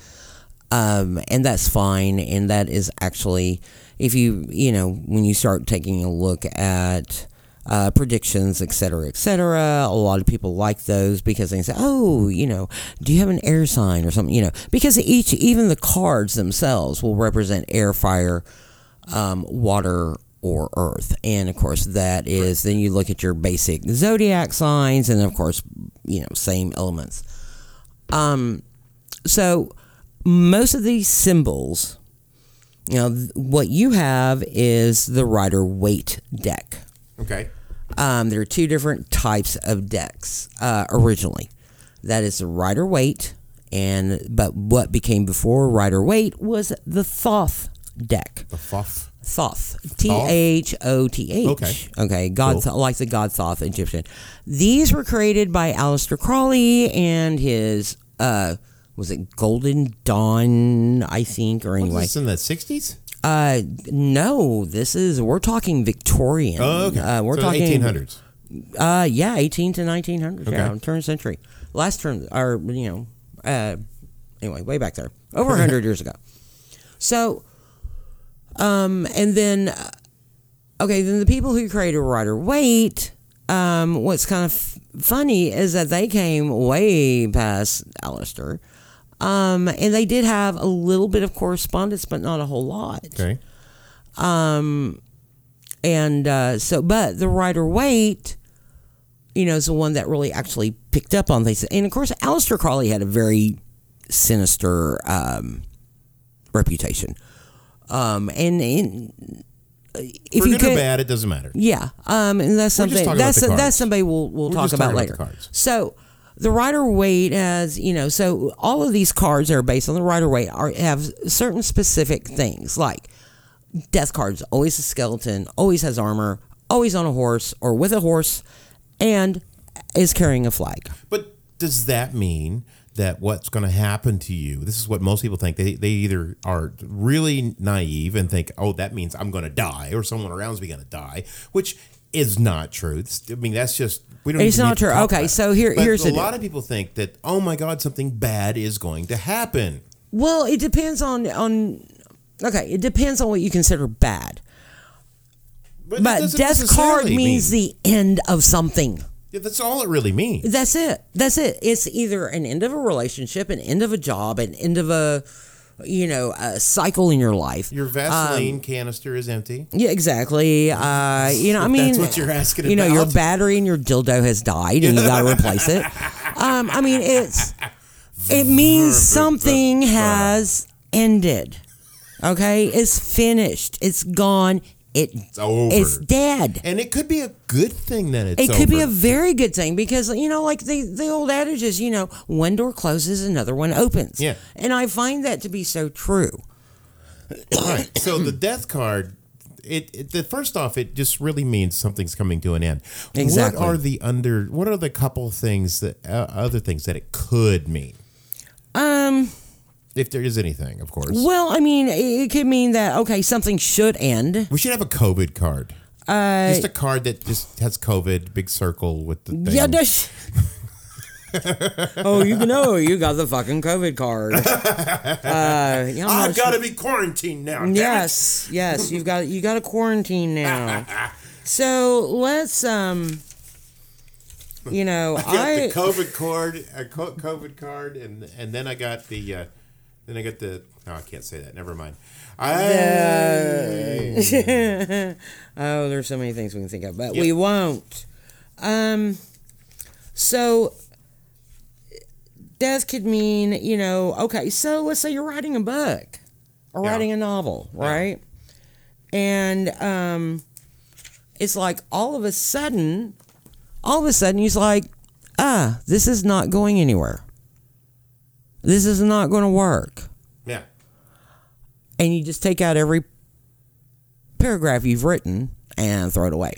B: Um, and that's fine, and that is actually, if you you know, when you start taking a look at uh, predictions, et cetera, et cetera. A lot of people like those because they say, oh, you know, do you have an air sign or something? You know, because each, even the cards themselves will represent air, fire, um, water, or earth. And of course, that is, then you look at your basic zodiac signs and of course, you know, same elements. Um, so most of these symbols, you know, th- what you have is the Rider Waite deck.
A: Okay.
B: Um, there are two different types of decks uh, originally. That is the Rider Waite, and but what became before Rider Waite was the Thoth deck.
A: The Thoth.
B: Thoth. T H O T H.
A: Okay.
B: Okay. God, like the God Thoth Egyptian. These were created by Aleister Crowley and his, uh, was it Golden Dawn, I think, or
A: Was
B: anyway.
A: this in the 60s?
B: Uh, no, this is, we're talking Victorian.
A: Oh, okay.
B: Uh, we're
A: so
B: talking
A: 1800s.
B: Uh, yeah, 18 to 1900. Yeah,
A: Okay.
B: turn of century. Last term, or, you know, uh, anyway, way back there. Over 100 years ago. So, um, and then, uh, okay, then the people who created Rider Waite, um, what's kind of f- funny is that they came way past Alistair. Um, and they did have a little bit of correspondence, but not a whole lot.
A: Okay.
B: And uh, so, but the Rider Waite, you know, is the one that really actually picked up on things. And of course, Aleister Crowley had a very sinister um, reputation. Um, and, and uh, if
A: For
B: you
A: good or
B: could,
A: bad, it doesn't matter.
B: yeah, um, and
A: just
B: that's something
A: talking about
B: that's
A: the
B: that's
A: cards.
B: somebody we'll we'll
A: We're
B: talk
A: just
B: about
A: talking
B: later.
A: about the cards.
B: So the Rider Waite as you know, so all of these cards that are based on the Rider Waite are have certain specific things like death cards, always a skeleton, always has armor, always on a horse or with a horse, and is carrying a flag.
A: But does that mean that what's going to happen to you? This is what most people think. They, they either are really naive and think, oh, that means I'm going to die or someone around me going to die, which is not true. It's- I mean, that's just we don't.
B: It's
A: even
B: not
A: need to
B: true.
A: talk
B: Okay,
A: about it.
B: so here-
A: But
B: here's
A: a
B: the deal.
A: lot of people think that oh my god, something bad is going to happen.
B: Well, it depends on on okay, it depends on what you consider bad.
A: that
B: But
A: doesn't
B: death card
A: necessarily
B: means
A: mean-
B: the end of something.
A: Yeah, that's all it really means.
B: That's it. That's it. It's either an end of a relationship, an end of a job, an end of a, you know, a cycle in your life. Uh,
A: Your Vaseline
B: Um,
A: canister is empty.
B: yeah, exactly. Uh, you know, I
A: If that's
B: mean,
A: what you're asking
B: You know, your
A: about.
B: battery and your dildo has died, and you
A: *laughs*
B: got to replace it. Um, I mean, it's it means something has ended. Okay, it's finished. It's gone. It it's
A: over.
B: It's dead.
A: And it could be a good thing that it's
B: It could be a *coughs*
A: over.
B: very good thing because you know, like the the old adage is, you know, one door closes, another one opens.
A: Yeah.
B: and I find that to be so true.
A: right. So the death card, it, it the first off, it just really means something's coming to an end.
B: Exactly.
A: What are the under? What are the couple things that uh, other things that it could mean?
B: Um.
A: If there is anything, of course.
B: Well, I mean, it, it could mean that okay, something should end.
A: We should have a COVID card.
B: Uh,
A: Just a card that just has COVID, big circle with the thing.
B: yeah. Does
A: *laughs*
B: oh, you know, you got the fucking
A: *laughs*
B: COVID card. Uh, yeah, I'm not
A: I've got to be quarantined now. Oh, damn it.
B: Yes, yes, you've got you got a
A: *laughs*
B: quarantine now. so let's um, you
A: *laughs*
B: know,
A: I got
B: I
A: the COVID card, a co- COVID card, and and then I got the, uh, then I got the. Oh, I can't say that. Never mind. I.
B: oh, there's so many things we can think of, but we won't. Um, so death could mean you know, okay. So let's say you're writing a book or
A: Yeah.
B: writing a novel, right? And um, it's like all of a sudden, all of a sudden, he's like, ah, this is not going anywhere. This is not going to work
A: Yeah.
B: and you just take out every paragraph you've written and throw it away.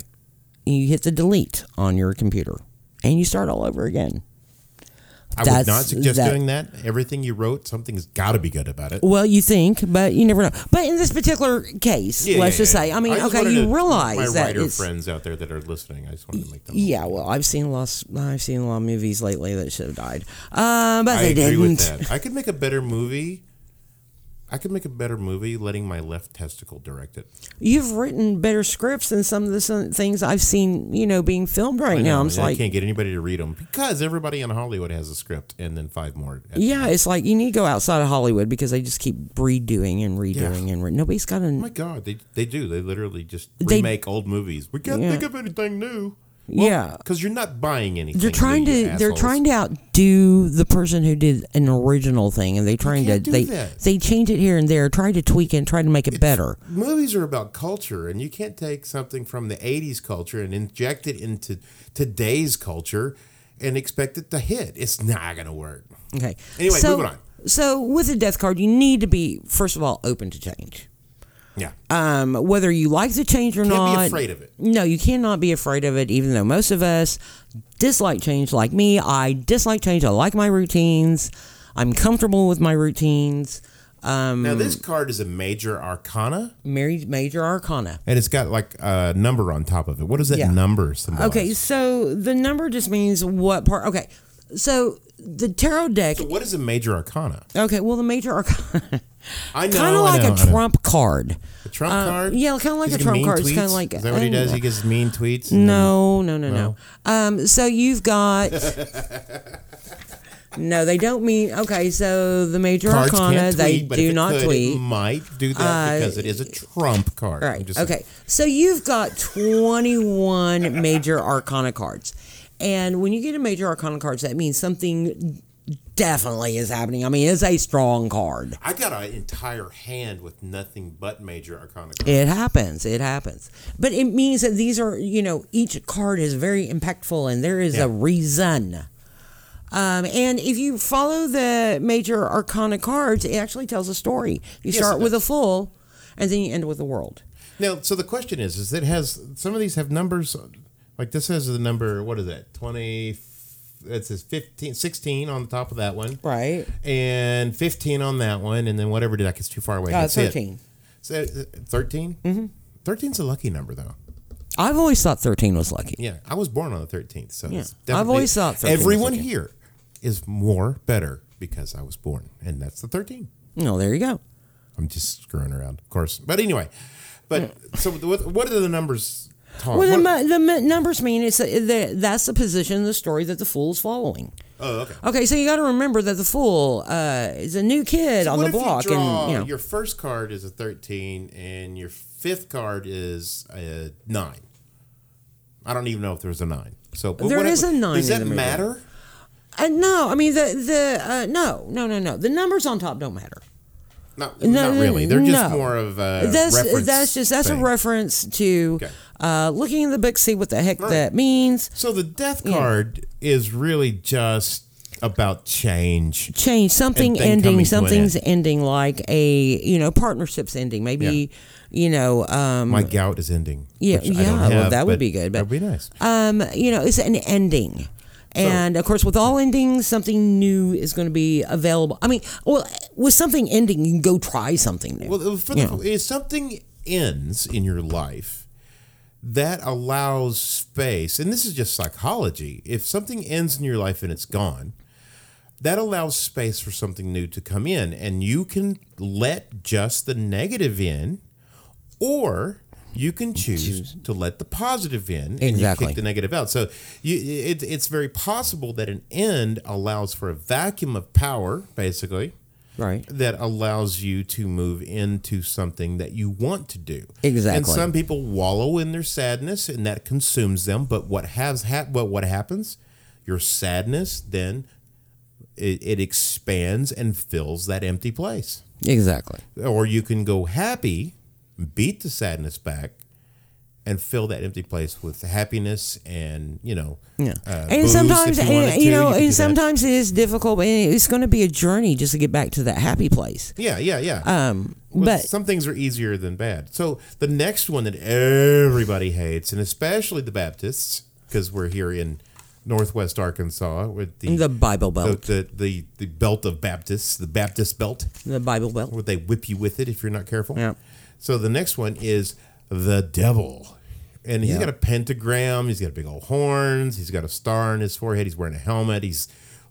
B: And you hit the delete on your computer and you start all over again.
A: I
B: That's-
A: would not suggest
B: that-
A: doing that. Everything you wrote, something's got to be good about it.
B: Well, you think, but you never know. But in this particular case,
A: Yeah,
B: let's
A: yeah,
B: just
A: yeah.
B: say, I mean,
A: just
B: okay,
A: wanted
B: you
A: to-
B: realize
A: my
B: that
A: writer
B: it's,
A: friends out there that are listening. I just wanted to make them.
B: yeah. Well, I've seen lots. I've seen a lot of movies lately that should have died, uh, but
A: I
B: they
A: agree
B: didn't.
A: with that. I could make a better movie. I could make a better movie letting my left testicle direct it.
B: You've written better scripts than some of the some things I've seen, you know, being filmed right now. I'm
A: and
B: just
A: I
B: like,
A: can't get anybody to read them because everybody in Hollywood has a script and then five more. at-
B: yeah, it's like you need to go outside of Hollywood because they just keep redoing and redoing and re- nobody's got
A: Oh
B: an
A: my God, they they do. They literally just
B: They-
A: remake old movies. We can't
B: Yeah.
A: think of anything new.
B: Yeah.
A: because you're not buying anything.
B: They're trying to. They're trying to outdo the person who did an original thing, and they're trying to.
A: can't do
B: They
A: that.
B: they change it here and there, try to tweak it, and try to make it better.
A: Movies are about culture, and you can't take something from the '80s culture and inject it into today's culture and expect it to hit. It's not gonna work.
B: Okay.
A: Anyway,
B: so,
A: moving on.
B: So with a death card, you need to be first of all open to change.
A: Yeah,
B: Um, whether you like the change or
A: can't
B: not,
A: be afraid of it.
B: No, you cannot be afraid of it, even though most of us dislike change. Like me, I dislike change. I like my routines. I'm comfortable with my routines. Um,
A: Now this card is a major arcana,
B: married major arcana.
A: and it's got like a number on top of it. What does that
B: Yeah.
A: number symbolize?
B: Okay, so the number just means what part. Okay, so the tarot deck.
A: So what is a major arcana?
B: Okay, well, the major arcana. *laughs*
A: I know,
B: kind of
A: I
B: like
A: know,
B: a
A: I know.
B: trump card.
A: A Trump card?
B: Uh, yeah, kinda like
A: He's
B: a
A: got
B: Trump
A: mean
B: card. It's kinda
A: tweets?
B: like-
A: Is that what he
B: I
A: does?
B: don't
A: He gets mean tweets? and-
B: No, no, no, no. Um, so
A: *laughs*
B: you've got. no, they don't mean. Okay, so the major
A: Cards
B: arcana,
A: can't tweet,
B: they
A: but
B: do
A: if it
B: not
A: could,
B: tweet.
A: It might do that because it is a Trump card.
B: All
A: I'm
B: right.
A: just saying.
B: Okay. So you've got 21 major arcana cards. And when you get a major arcana cards, that means something definitely is happening. I mean, it's a strong card.
A: I got an entire hand with nothing but major arcana cards.
B: It happens. It happens. But it means that these are, you know, each card is very impactful and there is
A: Yeah.
B: a reason. Um, and if you follow the major arcana cards, it actually tells a story. You
A: Yes,
B: start
A: it
B: with a full and then you end with the world.
A: Now, so the question is, is it has some of these have numbers like this has the number, what is that? 20 it says 15 16 on the top of that one.
B: Right.
A: And 15 on that one and then whatever did I gets too far away.
B: Uh, Mm-hmm.
A: that's it.
B: 13.
A: So 13? Mhm. 13's a lucky number though.
B: I've always thought 13 was lucky.
A: Yeah, I was born on the 13th, so it's
B: Yeah. I've always thought 13 was
A: everyone
B: okay.
A: here is more better because I was born, and that's the 13th.
B: No, there you go.
A: I'm just screwing around, of course. But anyway, but so what, what are the numbers? Tom?
B: Well, the,
A: What-
B: mu- the mu- numbers mean it's the, that's the position in the story that the fool's following.
A: oh, okay.
B: Okay, so you got to remember that the fool uh, is a new kid on
A: what
B: the
A: if you
B: block,
A: draw-
B: and you know,
A: your first card is a 13, and your fifth card is a nine. I don't even know if there's a nine. So but
B: There
A: what if-
B: is a nine
A: Does
B: in
A: that
B: the movie.
A: matter?
B: uh, no, I mean the the uh, no, no, no, no, the numbers on top don't matter.
A: Not,
B: No,
A: not really. They're just
B: no.
A: more of a
B: that's
A: reference
B: that's just that's
A: thing.
B: a reference to
A: Okay.
B: uh, looking in the book, see what the heck that means.
A: So the death card is really just about change.
B: change something
A: And thing
B: ending
A: coming to an
B: something's ending like a you know partnership's ending maybe you know um
A: My gout is ending.
B: Yeah,
A: which I don't
B: yeah, well, that would
A: but
B: be good, but-
A: that'd be nice.
B: um you know it's an ending and of course with all endings something new is going to be available i mean well with something ending you can go try something new
A: Well, uh, for
B: you
A: the,
B: know.
A: if something ends in your life, that allows space, and this is just psychology. If something ends in your life and it's gone, that allows space for something new to come in, and you can let just the negative in, or you can choose to let the positive in and you
B: Exactly.
A: kick the negative out. So you, it, it's very possible that an end allows for a vacuum of power, basically
B: right
A: that allows you to move into something that you want to do. And
B: Exactly.
A: some people wallow in their sadness and that consumes them, but what has hap- but what happens? Your sadness then it, it expands and fills that empty place.
B: exactly
A: Or you can go happy, beat the sadness back and fill that empty place with happiness and, you know,
B: yeah,
A: uh,
B: and
A: booze if
B: sometimes
A: you
B: and,
A: wanted to,
B: you know,
A: could do
B: and
A: that.
B: sometimes it is difficult, but it's going to be a journey just to get back to that happy place.
A: Yeah, yeah, yeah.
B: Um,
A: Well,
B: but
A: some things are easier than bad. So the next one that everybody hates, and especially the Baptists, because we're here in Northwest Arkansas with the
B: the Bible
A: the,
B: Belt,
A: the, the, the belt of Baptists, the Baptist belt,
B: the Bible Belt.
A: where they whip you with it if you're not careful.
B: Yeah.
A: So the next one is the devil. And he's got a pentagram, he's got big old horns, he's got a star on his forehead, he's wearing a helmet, he's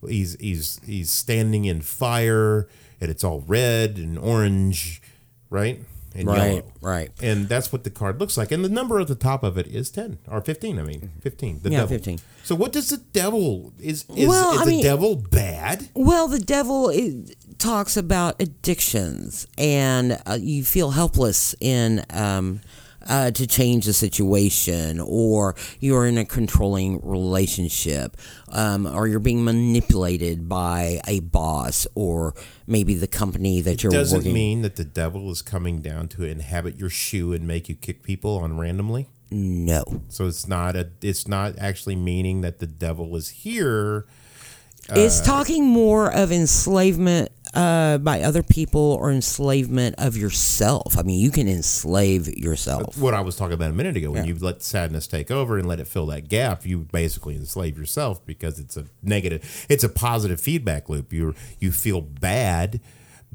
A: he's he's he's standing in fire and it's all red and orange, right? And
B: Right,
A: yellow.
B: right.
A: And that's what the card looks like. And the number at the top of it is ten or fifteen. I mean, fifteen. The
B: Yeah,
A: devil.
B: 15.
A: So what does the devil is? Is,
B: Well,
A: is
B: I
A: the
B: mean-
A: devil bad?
B: Well, the devil it talks about addictions, and uh, you feel helpless in um, uh, to change the situation, or you're in a controlling relationship, um, or you're being manipulated by a boss, or maybe the company that you're
A: Doesn't
B: working.
A: mean that the devil is coming down to inhabit your shoe and make you kick people on randomly.
B: no,
A: So it's not a. It's not actually meaning that the devil is here. Uh,
B: it's talking more of enslavement. Uh, by other people or enslavement of yourself. I mean, you can enslave yourself.
A: What I was talking about a minute ago, when
B: Yeah.
A: you let sadness take over and let it fill that gap, you basically enslave yourself because it's a negative. It's a positive feedback loop. You you feel bad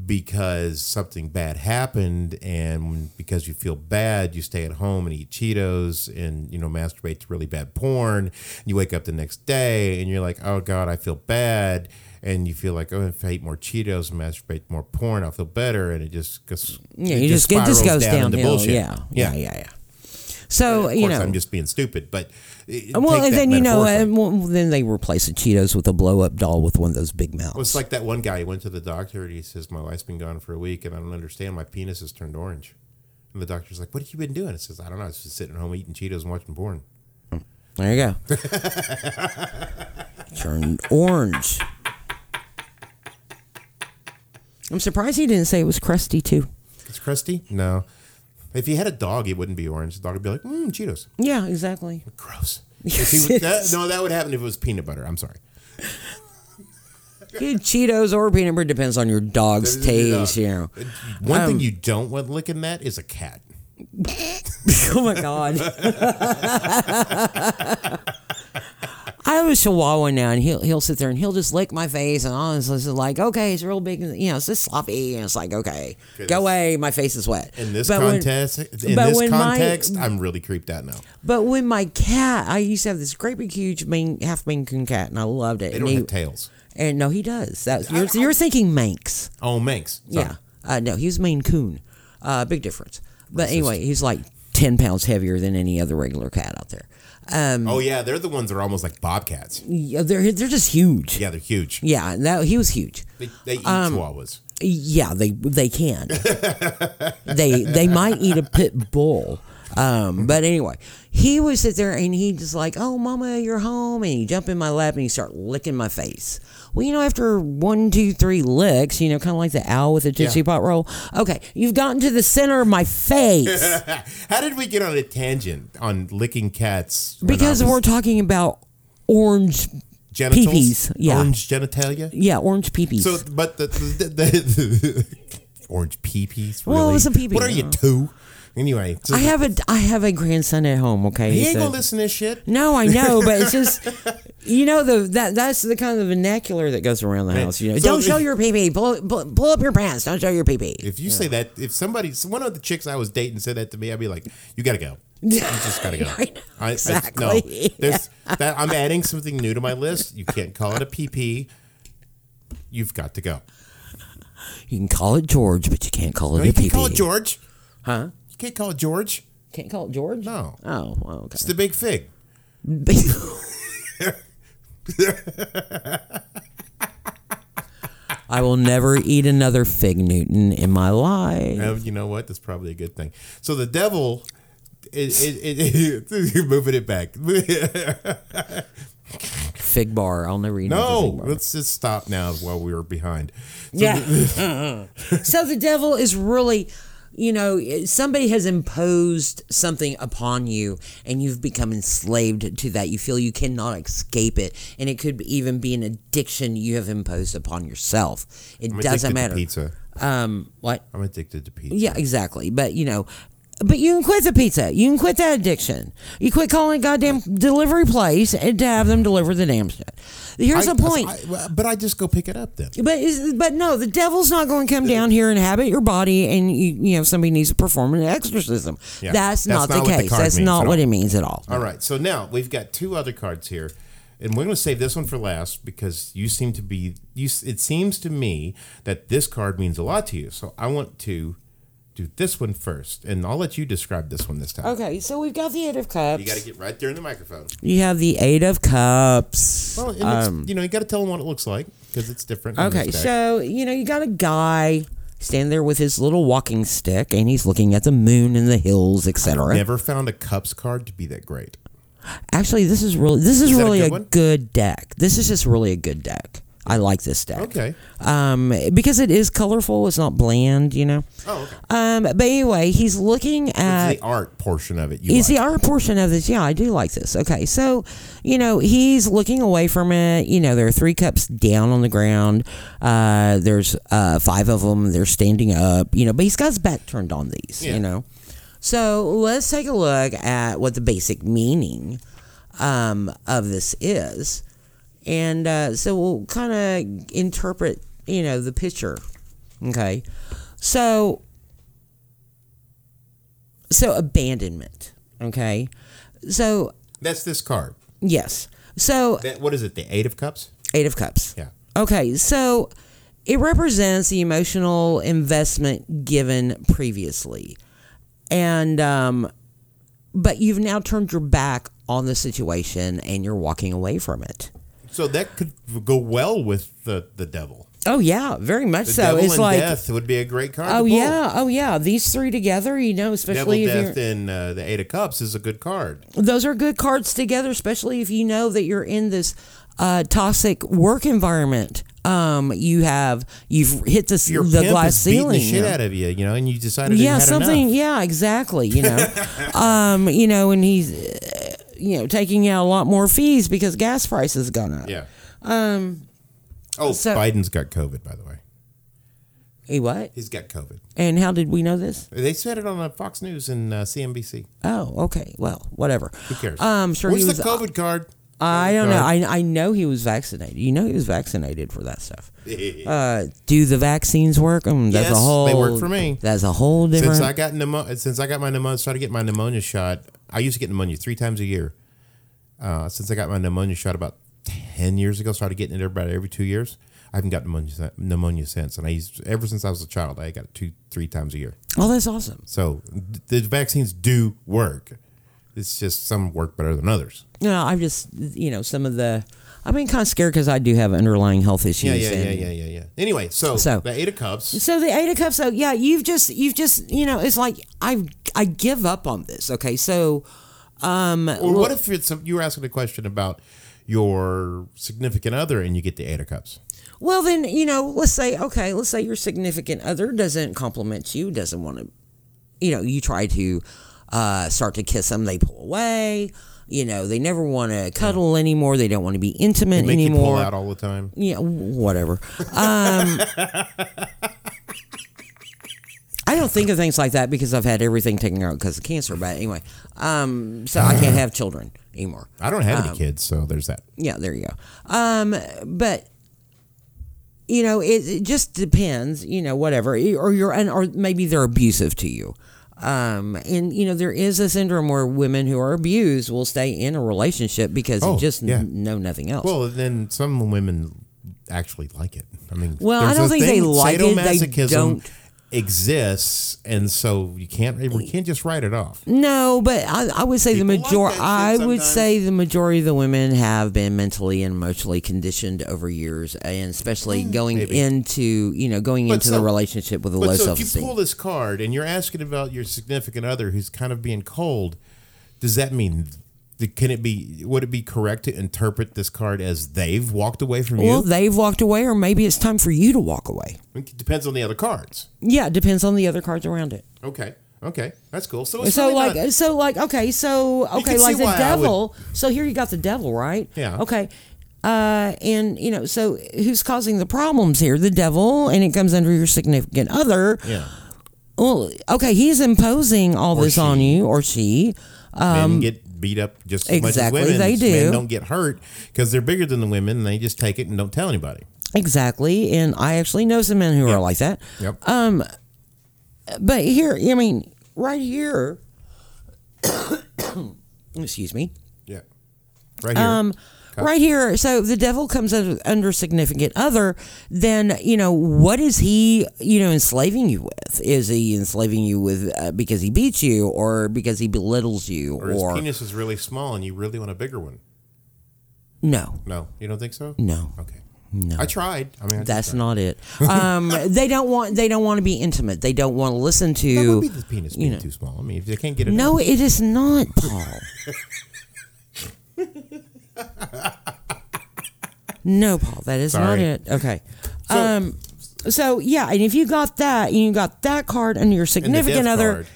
A: because something bad happened, and because you feel bad, you stay at home and eat Cheetos and you know masturbate to really bad porn. You wake up the next day and you're like, oh god, I feel bad. And you feel like, oh, if I eat more Cheetos and masturbate more porn, I'll feel better. And it just goes.
B: Yeah,
A: it
B: you just, get this
A: spirals
B: goes down
A: into
B: downhill.
A: bullshit.
B: Yeah, yeah,
A: yeah.
B: yeah, yeah. So
A: Of
B: you
A: course,
B: know,
A: I'm just being stupid, but it-
B: well,
A: take
B: and
A: that
B: then you know, um,
A: metaphorically.
B: and well, then they replace the Cheetos with a blow up doll with one of those big mouths.
A: it's like that one guy. He went to the doctor and he says, "My wife's been gone for a week, and I don't understand. My penis has turned orange." And the doctor's like, "What have you been doing?" It says, "I don't know. I was just sitting at home eating Cheetos and watching porn."
B: there you
A: *laughs*
B: go, turned orange. I'm surprised he didn't say it was crusty too.
A: It's crusty. No, if he had a dog, it wouldn't be orange. The dog would be like, "Mmm, Cheetos,
B: Yeah, exactly. *laughs*
A: gross." If he was- that- no, that would happen if it was peanut butter. I'm sorry.
B: Good Cheetos or peanut butter depends on your dog's taste. You know.
A: Uh,
B: Um,
A: One thing you don't want licking that is a cat.
B: *laughs* oh my god. I have a Chihuahua now, and he'll he'll sit there and he'll just lick my face, and honestly, it's like, okay, it's real big, and, you know, it's just sloppy, and it's like, okay, go away, my face is wet.
A: In this
B: But when-
A: context, in
B: but
A: this
B: when my-
A: context, I'm really creeped out now.
B: but when my cat, I used to have this great big, huge, Maine half Maine Coon cat, and I loved it.
A: They
B: and,
A: don't
B: he-
A: have tails.
B: and no, he does. That's you're, you're thinking Manx.
A: Oh, Manx. Sorry.
B: Yeah. Uh, no, he's Maine Coon. Uh, big difference. But anyway, he's like ten pounds heavier than any other regular cat out there. Um,
A: Oh yeah, they're the ones that are almost like bobcats.
B: Yeah, they're they're just huge.
A: Yeah, they're huge.
B: Yeah, and that he was huge.
A: They, they eat
B: Um,
A: chihuahuas.
B: Yeah, they
A: *laughs*
B: they can. they they might eat a pit bull. Um, but anyway, he would sit there and he just like, "Oh, mama, you're home," and he jump in my lap and he start licking my face. Well, you know, after one, two, three licks, you know, kind of like the owl with the tootsie
A: Yeah.
B: pot roll. Okay, you've gotten to the center of my face.
A: *laughs* How did we get on a tangent on licking cats? when
B: because
A: I was-
B: we're talking about orange
A: genitals,
B: peepees, yeah.
A: orange genitalia.
B: yeah orange peepees
A: So, but the, the, the, the *laughs* orange peepees. Really?
B: Well, it was a peepee,
A: What are you
B: yeah.
A: two? Anyway, so
B: i have a i have a grandson at home okay
A: he
B: He's
A: ain't
B: a-
A: gonna listen to this shit.
B: No, I know, but
A: *laughs*
B: it's just you know the that that's the kind of vernacular that goes around the house. You know,
A: so
B: don't show
A: if-
B: your pee pee. Pull, pull, pull up your pants. Don't show your pee pee.
A: If you say that, if somebody, so one of the chicks I was dating said that to me, I'd be like, "You gotta
B: *laughs*
A: go. You just gotta go."
B: I know,
A: I- I-
B: exactly.
A: no, *laughs* there's that. I'm adding something new to my list. You can't call it a PP. You've got to go.
B: You can call it George, but you can't call it
A: No,
B: a
A: you
B: pee
A: can't call it
B: pee.
A: George. Huh? You can't call it George.
B: Can't call it George.
A: No,
B: Oh, well,
A: *laughs*
B: okay.
A: it's the big fig.
B: I will never eat another fig Newton in my life.
A: Uh, you know what? That's probably a good thing. So the devil, is it, it, *laughs* you're moving it back.
B: Fig bar. I'll never eat. another
A: no,
B: fig bar.
A: Oh, let's just stop now while we were behind.
B: Yeah.
A: *laughs*
B: so the devil is really, you know, somebody has imposed something upon you and you've become enslaved to that. You feel you cannot escape it. And it could even be an addiction you have imposed upon yourself. It
A: I'm addicted
B: doesn't matter.
A: to pizza.
B: Um, what?
A: I'm addicted to pizza.
B: Yeah, exactly. But, you know, but you can quit the pizza. You can quit that addiction. You quit calling a goddamn delivery place and to have them deliver the damn shit. Here's
A: I-
B: the point.
A: I- but I just go pick it up then.
B: But is, but no, the devil's not going to come down here and inhabit your body, and you, you know somebody needs to perform an exorcism.
A: Yeah,
B: that's,
A: that's
B: not,
A: not
B: the
A: what the
B: case.
A: card
B: that's
A: means
B: not
A: at
B: what
A: all.
B: it means at all.
A: All right. So now we've got two other cards here and we're going to save this one for last because you seem to be you. s- It seems to me that this card means a lot to you, so I want to do this one first, and I'll let you describe this one this time.
B: Okay, so we've got the Eight of Cups.
A: You got to get right there in the microphone.
B: You have the Eight of Cups. Uh,
A: Well, it looks, you know, you got to tell them what it looks like because it's different. on
B: Um, Okay,
A: this deck.
B: so you know you got a guy standing there with his little walking stick, and he's looking at the moon and the hills, etc.
A: never found a cups card to be that great.
B: Actually, this is really this is,
A: Is that a
B: really
A: good
B: a,
A: one?
B: good deck. This is just really a good deck. I like this deck.
A: Okay.
B: Um, because it is colorful. It's not bland, you know.
A: Oh, okay.
B: Um, but anyway, he's looking at
A: it's the art portion of it. You
B: Uh, Is
A: like.
B: the art portion of this? Yeah, I do like this. Okay, so you know he's looking away from it. You know there are three cups down on the ground. Uh, there's uh, five of them. They're standing up. You know, but he's got his back turned on these.
A: Yeah.
B: You know, so let's take a look at what the basic meaning um, of this is, and uh, so we'll kind of interpret. You know the picture. Okay, so so abandonment. Okay, so
A: That's this card.
B: Yes. So,
A: That what is it? The eight of cups.
B: Eight of Cups.
A: Yeah.
B: Okay. So, it represents the emotional investment given previously. And, um, but you've now turned your back on the situation and you're walking away from it.
A: So that could go well with the the devil.
B: Oh, yeah. Very much
A: The
B: so.
A: devil
B: it's
A: and
B: like,
A: death would be a great card. to
B: oh,
A: pull.
B: yeah. Oh, yeah. These three together, you
A: Devil,
B: know, especially if
A: death,
B: you're,
A: and uh, the eight of cups is a good card.
B: those are good cards together, especially if you know that you're in this uh, toxic work environment. Um, you have you've hit this
A: Your
B: the
A: pimp
B: glass
A: is beating
B: ceiling.
A: the shit out of you, you know, and you decided
B: yeah,
A: you had
B: something.
A: enough.
B: Yeah, exactly.
A: *laughs*
B: You know, um, you know, and he's uh, you know taking out a lot more fees because gas prices gone up.
A: Yeah. Um. Oh,
B: so-
A: Biden's got COVID, by the way.
B: He what?
A: He's got COVID.
B: And how did we know this?
A: They said it on uh, Fox News and uh, CNBC.
B: Oh, okay. Well, whatever.
A: Who cares?
B: Um, sure.
A: What's
B: he
A: the
B: was,
A: COVID card? *laughs*
B: I don't know.
A: Sorry.
B: I I know he was vaccinated. You know he was vaccinated for that stuff. Uh, do the vaccines work? Mm, that's
A: Yes,
B: a
A: they
B: whole.
A: work for me.
B: That's a whole different.
A: Since I got pneumonia, since I got my pneumonia, started getting my pneumonia shot. I used to get pneumonia three times a year. Uh, since I got my pneumonia shot about ten years ago, started getting it about every two years. I haven't got pneumonia, si- pneumonia since, and I used ever since I was a child. I got it two, three times a year.
B: oh, that's awesome.
A: So th- the vaccines do work. It's just some work better than others.
B: No, I'm just you know some of the. I've been kind of scared because I do have underlying health issues.
A: Yeah, yeah, yeah,
B: and-
A: yeah, yeah, yeah. Anyway, so,
B: So-
A: the eight of cups.
B: So the eight of cups. So yeah, you've just you've just you know it's like I I give up on this. Okay, so um,
A: Or what if it's you were asking a question about your significant other and you get the eight of cups?
B: well then you know let's say okay let's say your significant other doesn't compliment you doesn't want to you know you try to uh, start to kiss them they pull away you know they never want to cuddle anymore they don't want to be intimate
A: Make you
B: anymore
A: pull out all the time.
B: Yeah, w- whatever. Um, I don't think of things like that because I've had everything taken out because of cancer. But anyway, um, so I can't have children anymore.
A: I don't have any kids, so there's that.
B: Yeah, there you go. Um, but you know, it, it just depends. You know, whatever, or you're, and or maybe they're abusive to you. Um, and you know, there is a syndrome where women who are abused will stay in a relationship because
A: Oh,
B: they just
A: yeah.
B: n- know nothing else.
A: Well, then some women actually like it. I mean,
B: Well, I
A: there's
B: don't
A: a
B: think they like it. They
A: sadomasochism
B: don't-
A: exists, and so you can't we can't just write it off.
B: No, but I, I would say the
A: People like
B: major.
A: that shit
B: I would
A: sometimes.
B: say the majority of the women have been mentally and emotionally conditioned over years, and especially going
A: Mm, maybe.
B: into you know going
A: But
B: into
A: so-
B: the relationship with a low
A: But so
B: self
A: if you
B: esteem.
A: pull this card and you're asking about your significant other who's kind of being cold, does that mean? that- Can it be? Would it be correct to interpret this card as they've walked away from you?
B: well, they've walked away, or maybe it's time for you to walk away.
A: It depends on the other cards.
B: Yeah, it depends on the other cards around it.
A: Okay, okay, that's cool. So it's
B: so
A: really
B: like
A: not-
B: so like okay so okay
A: can
B: like
A: see
B: the
A: why I
B: devil so here you got the devil right
A: Yeah.
B: okay uh and you know so who's causing the problems here the devil and it comes under your significant other
A: yeah,
B: well okay he's imposing all
A: Or
B: this on
A: she.
B: you or she
A: men get beat up just as
B: Um, exactly,
A: much as women.
B: they do.
A: Men don't get hurt because they're bigger than the women, and they just take it and don't tell anybody.
B: exactly and I actually know some men who are like that
A: Yep.
B: Um, but here I mean right here *coughs* excuse me
A: yeah. Right here. Um,
B: right here. So the devil comes un- under significant other. Then you know what is he you know enslaving you with? Is he enslaving you with uh, because he beats you or because he belittles you
A: Or
B: or,
A: his penis is really small and you really want a bigger one.
B: no,
A: No, you don't think so?
B: no,
A: Okay.
B: no.
A: I tried. I mean, I
B: That's not it. Um, they don't want. They don't want to be intimate. They don't want to listen to.
A: *laughs* That would be the penis being too small. I mean, if they can't get it,
B: No, it is not, Paul. no, Paul, that is
A: Sorry.
B: not it. Okay. um so yeah, and if you got that, and you got that card under your
A: and the death
B: significant other,
A: card,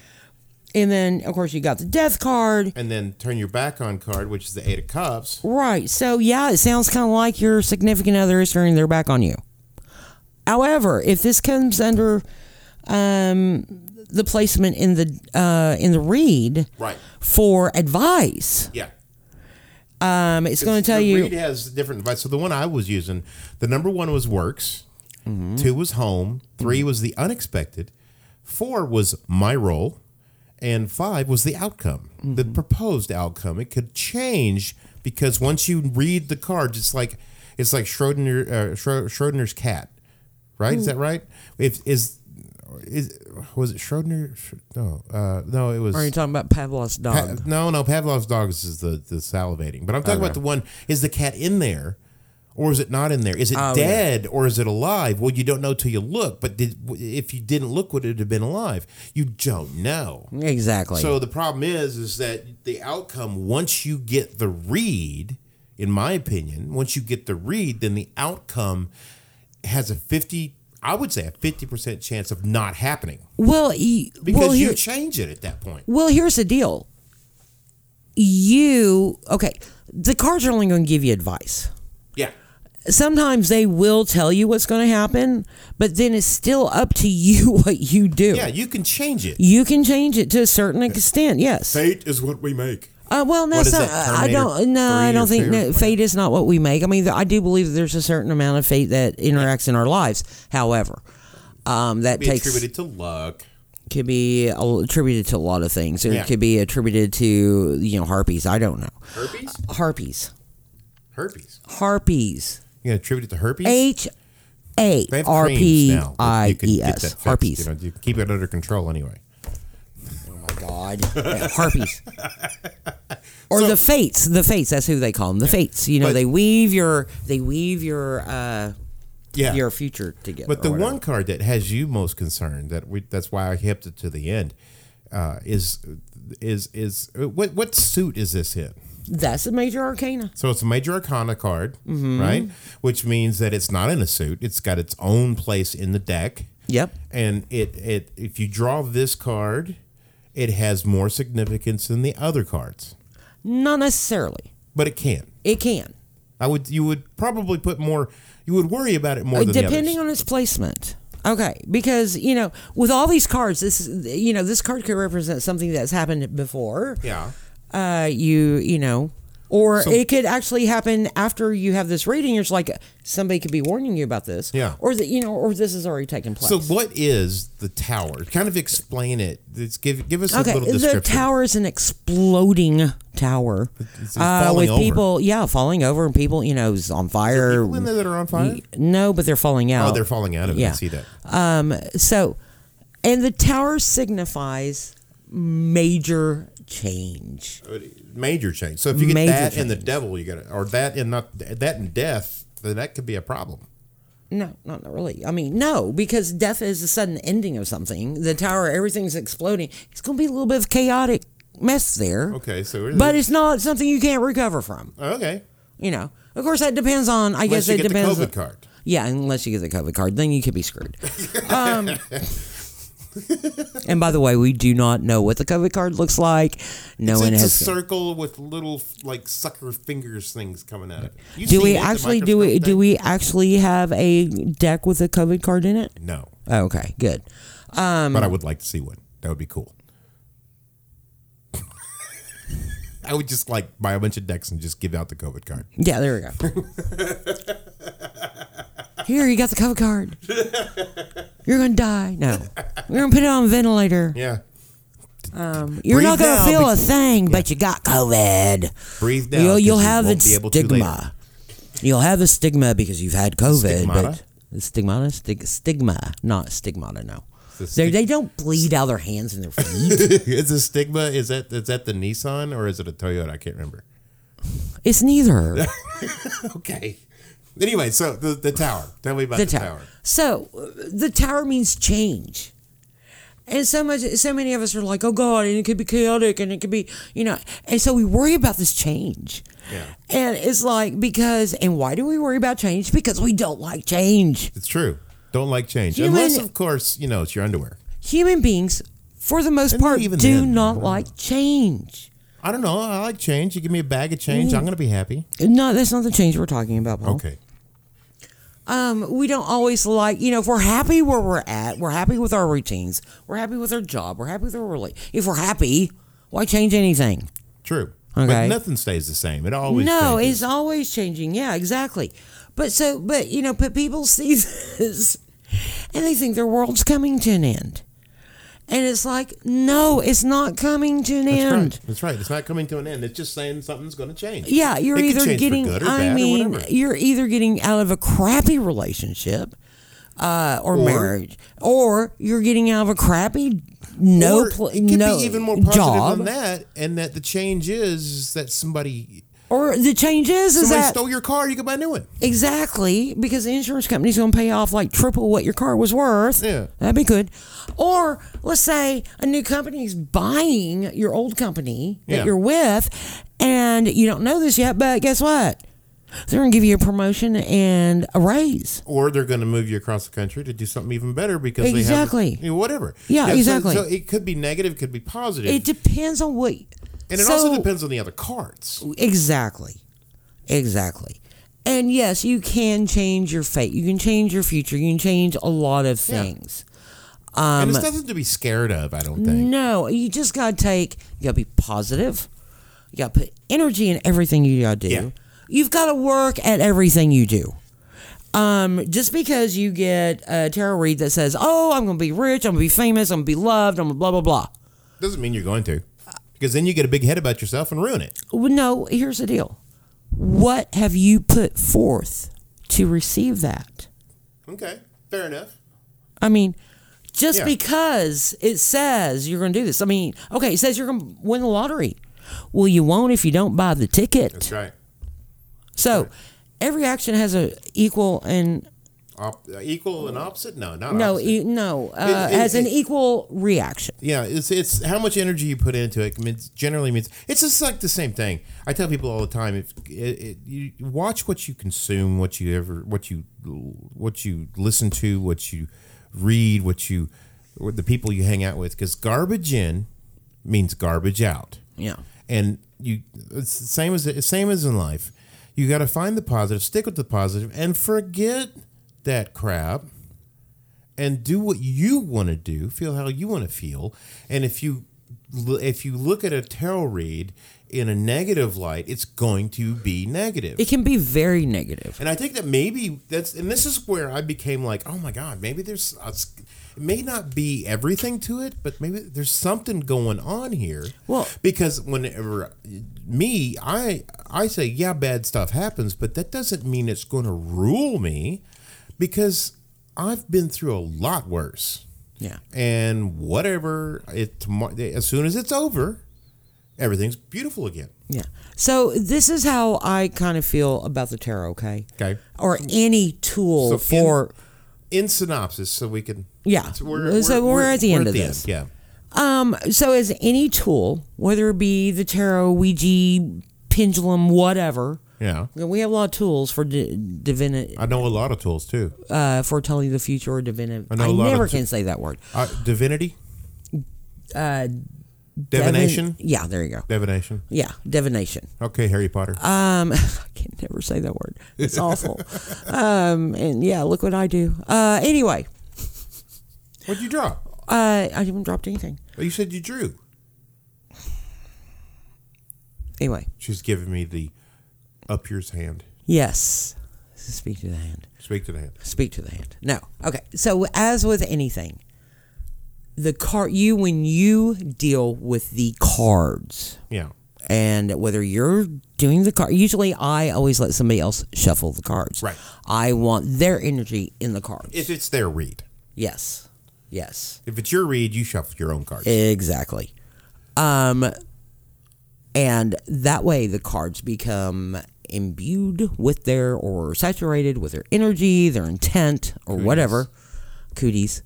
B: and then of course you got the death card.
A: and then turn your back on card, which is the eight of cups.
B: Right. So yeah, it sounds kind of like your significant other is turning their back on you. However, if this comes under um, the placement in the uh, in the read
A: Right.
B: for advice,
A: Yeah.
B: Um, it's going to tell
A: the
B: you
A: Read has different advice. So the one I was using, the number one was works,
B: Mm-hmm.
A: two was home, 3 was the unexpected, four was my role, and five was the outcome, the
B: Mm-hmm.
A: proposed outcome. It could change because once you read the cards, it's like it's like Schrodinger, uh, Schro- Schrodinger's cat, right?
B: Hmm.
A: Is that right? If is is was it Schrodinger? Sch- No, uh, no, it was.
B: Are you talking about Pavlov's
A: Pa-
B: dog?
A: no, no, Pavlov's dogs is the, the salivating. But I'm talking about the one is the cat in there or is it not in there? Is it
B: Oh,
A: dead or is it alive? Well, you don't know till you look, but did, if you didn't look, would it have been alive? You don't know.
B: exactly.
A: So the problem is, is that the outcome once you get the read, in my opinion, once you get the read, then the outcome has a fifty, I would say a fifty percent chance of not happening
B: well, he,
A: because
B: well,
A: you
B: here,
A: change it at that point.
B: well, here's the deal. You okay? The cards are only going to give you advice.
A: Yeah.
B: Sometimes they will tell you what's going to happen, but then it's still up to *laughs* you what you do.
A: Yeah, you can change it.
B: You can change it to a certain extent. Yes.
A: Fate is what we make.
B: Uh, well, no,
A: What is
B: it's not,
A: that,
B: I
A: Terminator
B: don't. No, I
A: three
B: don't
A: or
B: think
A: two or
B: no, fate is not what we make. I mean, I do believe that there's a certain amount of fate that interacts in our lives. However, um, that
A: Be
B: takes
A: attributed to luck.
B: could be attributed to a lot of things. It
A: Yeah.
B: could be attributed to you know harpies. I don't know.
A: Herpes?
B: Harpies.
A: Herpes.
B: Harpies.
A: You know, attributed to herpes?
B: H A
A: They have
B: R
A: creams
B: P
A: now that
B: I
A: you can
B: E
A: get that
B: S.
A: fixed,
B: Harpies.
A: You know, you keep it under control anyway.
B: Oh my God. Yeah,
A: *laughs*
B: harpies. Or the fates. The fates. That's who they call them. The fates. You know,
A: But-
B: they weave your they weave your uh,
A: Yeah.
B: your future together.
A: but the
B: or whatever.
A: one card that has you most concerned that we that's why I kept it to the end uh, is is is what what suit is this in?
B: that's a major arcana.
A: So it's a major arcana card,
B: Mm-hmm.
A: right? Which means that it's not in a suit. It's got its own place in the deck.
B: Yep.
A: and it it if you draw this card, it has more significance than the other cards,
B: Not necessarily.
A: but it can.
B: It can.
A: I would you would probably put more. You would worry about it more than
B: depending
A: the others.
B: on its placement. Okay, because you know, with all these cards, this is you know, this card could represent something that's happened before.
A: yeah.
B: Uh, you you know, or it could actually happen after you have this reading. It's like somebody could be warning you about this.
A: Yeah.
B: Or that you know, or this has already taken place.
A: So what is the tower? Kind of explain it. Let's give give us a
B: okay,
A: little
B: the
A: description.
B: tower is an exploding tower
A: it's
B: uh, with
A: falling over.
B: people, yeah, falling over and people, you know, is on fire.
A: People in there that are on fire.
B: No, but they're falling out.
A: Oh, they're falling out of it.
B: Yeah.
A: I see that.
B: Um, so, and the tower signifies major change.
A: Major change. So if you get
B: Major
A: that and the devil, you got to, or that and not that and death, then that could be a problem.
B: No, not really. I mean, no, because death is a sudden ending of something. The tower, everything's exploding. It's going to be a little bit of chaotic mess there.
A: Okay, so it is-
B: But it's not something you can't recover from.
A: okay,
B: You know, of course, that depends on. I
A: unless
B: guess
A: you
B: it
A: get the
B: depends.
A: COVID card.
B: Yeah, unless you get the COVID card, then you could
A: *laughs*
B: be screwed. Um, and by the way, we do not know what the COVID card looks like. No
A: So
B: one
A: it's
B: has.
A: a circle with little like sucker fingers things coming out of it. You've
B: Do
A: seen
B: we
A: it, the
B: actually do we
A: microscope
B: do we actually have a deck with a COVID card in it?
A: thing? No,
B: Oh, okay, good. Um,
A: but I would like to see one. That would be *laughs* cool. I would just like buy a bunch of decks and just give out the COVID card.
B: Yeah, there we go. *laughs* Here, you got the COVID card. You're gonna die. No, we're gonna put it on a ventilator.
A: Yeah.
B: Um, you're
A: Breathe
B: not going to
A: now,
B: feel
A: be-
B: a thing, but you got COVID.
A: Breathe now.
B: you'll
A: 'cause
B: you'll
A: you
B: have the
A: won't be able to later.
B: stigma. You'll have the stigma because you've had COVID.
A: Stigmata?
B: But stigmata, stig, stigma, not stigmata. No,
A: The
B: they
A: stig-
B: they don't bleed out their hands and
A: *laughs*
B: their feet.
A: is the stigma is that is that the Nissan or is it a Toyota? I can't remember.
B: it's neither.
A: *laughs* Okay. Anyway, so the, the tower. Tell me about the,
B: the tower. So uh, the tower means change. And so much, so many of us are like, "Oh God!" And it could be chaotic, and it could be, you know. And so we worry about this change.
A: Yeah.
B: And it's like because, and why do we worry about change? Because we don't like change.
A: It's true. Don't like change,
B: Human-
A: unless of course you know it's your underwear.
B: Human beings, for the most
A: And
B: part,
A: even
B: do
A: then,
B: not
A: uh,
B: like change.
A: I don't know. I like change. You give me a bag of change,
B: Mm.
A: I'm gonna be happy.
B: No, that's not the change we're talking about. Paul.
A: Okay.
B: um, we don't always like, you know, if we're happy where we're at, we're happy with our routines, we're happy with our job, we're happy with our rela- If we're happy, why change anything?
A: True. But
B: Okay.
A: nothing stays the same. It always
B: no,
A: changes.
B: it's always changing. Yeah, exactly. But so, but you know, but people see *laughs* this and they think their world's coming to an end. And it's like, no, it's not coming to an
A: That's
B: end.
A: right. That's right. It's not coming to an end. It's just saying something's going to change.
B: Yeah, you're
A: It could
B: either
A: change for
B: getting.
A: good or bad
B: I
A: or
B: mean,
A: whatever.
B: you're either getting out of a crappy relationship, uh, or, marriage, or you're getting out of a crappy no
A: Or
B: pl-
A: it could
B: no
A: be even more positive
B: job,
A: than that, and that the change is that somebody
B: or the change is is
A: somebody
B: that
A: stole your car, you can buy a new one.
B: exactly because the insurance company's going to pay off like triple what your car was worth.
A: Yeah.
B: that'd be good. Or let's say a new company's buying your old company that
A: Yeah.
B: you're with, and you don't know this yet, but guess what? They're going to give you a promotion and a raise.
A: Or they're going to move you across the country to do something even better because they
B: Exactly.
A: have you know, whatever.
B: Yeah,
A: so-
B: exactly.
A: So, it could be negative, could be positive,
B: It depends on what.
A: and it
B: so-
A: also depends on the other cards.
B: Exactly. Exactly. And yes, you can change your fate. You can change your future. You can change a lot of
A: Yeah.
B: things.
A: and
B: Um,
A: it's nothing to be scared of, I don't think.
B: No, you just got to take, you got to be positive. You got to put energy in everything you got to do.
A: Yeah.
B: You've got to work at everything you do. Um, just because you get a tarot read that says, oh, I'm going to be rich, I'm going to be famous, I'm going to be loved, I'm going to blah, blah, blah.
A: Doesn't mean you're going to, because then you get a big head about yourself and ruin it.
B: Well, no, here's the deal. What have you put forth to receive that?
A: Okay, fair enough.
B: I mean, just
A: Yeah.
B: because it says you're going to do this. I mean, okay, it says you're going to win the lottery. Well, you won't if you don't buy the ticket.
A: That's right.
B: So, every action has a equal and
A: Op- uh, equal and opposite? No, not
B: no,
A: opposite.
B: e- no, uh,
A: It- it-
B: has an
A: it-
B: equal reaction.
A: Yeah, it's it's how much energy you put into it. means generally means it's just like the same thing. I tell people all the time: if it, it, you watch what you consume, what you ever, what you what you listen to, what you read, what you what the people you hang out with, because garbage in means garbage out.
B: Yeah.
A: And you, it's the same as same as in life, you got to find the positive, stick with the positive, and forget that crap, and do what you want to do, feel how you want to feel, and if you if you look at a tarot read in a negative light, it's going to be negative.
B: It can be very negative.
A: And I think that maybe that's, and this is where I became like, oh my God, maybe there's, a, s- it may not be everything to it, but maybe there's something going on here.
B: Well-
A: because whenever me, I, I say, yeah, bad stuff happens, but that doesn't mean it's going to rule me because I've been through a lot worse.
B: Yeah.
A: And whatever, it tomorrow, as soon as it's over, everything's beautiful again.
B: Yeah. So this is how I kind of feel about the tarot, okay?
A: Okay.
B: Or any tool
A: So in-
B: for
A: In synopsis, so we can.
B: Yeah.
A: So we're,
B: So we're at the end of this.
A: Yeah.
B: um so as any tool, whether it be the tarot, Ouija, pendulum, whatever.
A: Yeah.
B: We have a lot of tools for di- divini-
A: I know a lot of tools too.
B: uh, foretelling the future or divini-
A: know
B: I,
A: a lot of
B: never
A: t-
B: can say that word.
A: Uh, divinity,
B: Uh,
A: divination,
B: divin- yeah, there you go.
A: divination.
B: Yeah, divination.
A: Okay, Harry Potter.
B: Um, *laughs* I can never say that word. It's awful.
A: *laughs*
B: um, and yeah, look what I do. Uh, anyway,
A: What'd you draw?
B: uh, I haven't dropped anything.
A: Oh, You said you drew.
B: Anyway,
A: She's giving me the up yours hand.
B: yes. Speak to the hand.
A: Speak to the hand.
B: Speak to the hand. No. Okay. So as with anything, the card you when you deal with the cards
A: Yeah.
B: and whether you're doing the card usually i always let somebody else shuffle the cards
A: Right.
B: i want their energy in the cards
A: If it's their read.
B: yes yes
A: If it's your read, you shuffle your own cards.
B: exactly um and that way the cards become imbued with their or saturated with their energy their intent or whatever cooties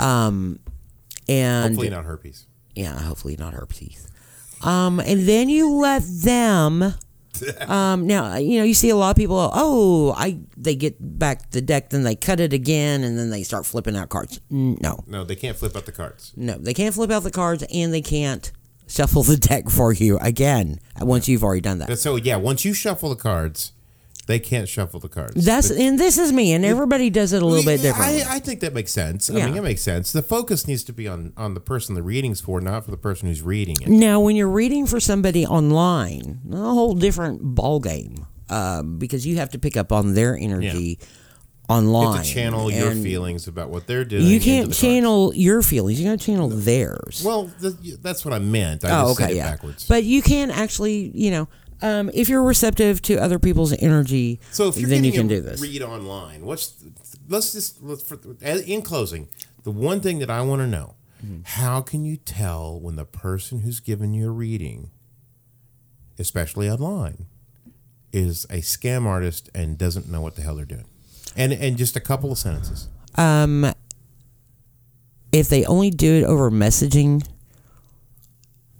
B: um and
A: Hopefully not herpes.
B: yeah, hopefully not herpes. Um, and then you let
A: *laughs*
B: them. Um, now you know you see a lot of people. Oh, I they get back the deck, then they cut it again, and then they start flipping out cards. Mm, No,
A: No, they can't flip out the cards.
B: no, they can't flip out the cards, and they can't shuffle the deck for you again once you've already done that.
A: So yeah, once you shuffle the cards, they can't shuffle the cards.
B: That's and this is me, and everybody does it a little bit
A: Yeah,
B: differently.
A: I, I think that makes sense. I
B: Yeah.
A: mean, it makes sense. The focus needs to be on on the person the reading's for, not for the person who's reading it.
B: Now, when you're reading for somebody online, a whole different ball game um, because you have to pick up on their energy
A: You
B: online.
A: have to channel your
B: and
A: feelings about what they're doing.
B: You
A: into
B: can't
A: the cards.
B: channel your feelings. You got to channel theirs.
A: Well, th- that's what I meant. I
B: oh,
A: just said
B: okay,
A: it
B: yeah.
A: backwards.
B: But you can actually, you know, um, if you're receptive to other people's energy,
A: so if you're
B: then you
A: getting
B: can
A: a
B: do this.
A: read online, what's th- let's just let's, for, as- in closing, the one thing that I want to know,
B: Mm-hmm.
A: how can you tell when the person who's given you a reading, especially online, is a scam artist and doesn't know what the hell they're doing? And and just a couple of sentences.
B: um, if they only do it over messaging,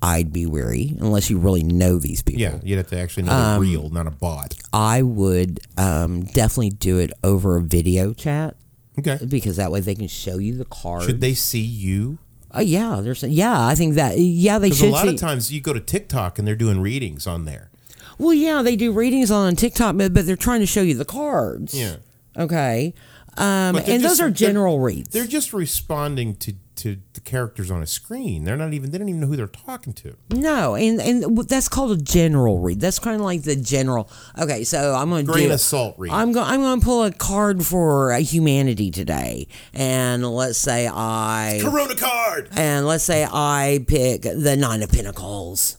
B: I'd be wary unless you really know these people.
A: Yeah, you'd have to actually know
B: Um,
A: they're real, not a bot.
B: I would um, definitely do it over a video chat
A: Okay.
B: because that way they can show you the card.
A: Should they see you?
B: Oh yeah, there's yeah. I think that yeah they
A: Because a
B: should.
A: lot
B: see,
A: of times you go to TikTok and they're doing readings on there.
B: well, yeah, they do readings on TikTok, but, but they're trying to show you the cards.
A: Yeah.
B: Okay. Um,
A: But they're
B: and those
A: just-
B: are
A: they're-
B: general reads.
A: They're just responding to to the characters on a screen. They're not even. They don't even know who they're talking to.
B: no, and and w- that's called a general read. That's kind of like the general. Okay, so I'm gonna
A: Grain
B: do,
A: of salt read.
B: I'm going. I'm going to pull a card for uh, humanity today, and let's say I
A: Corona card.
B: And let's say I pick the Nine of Pentacles.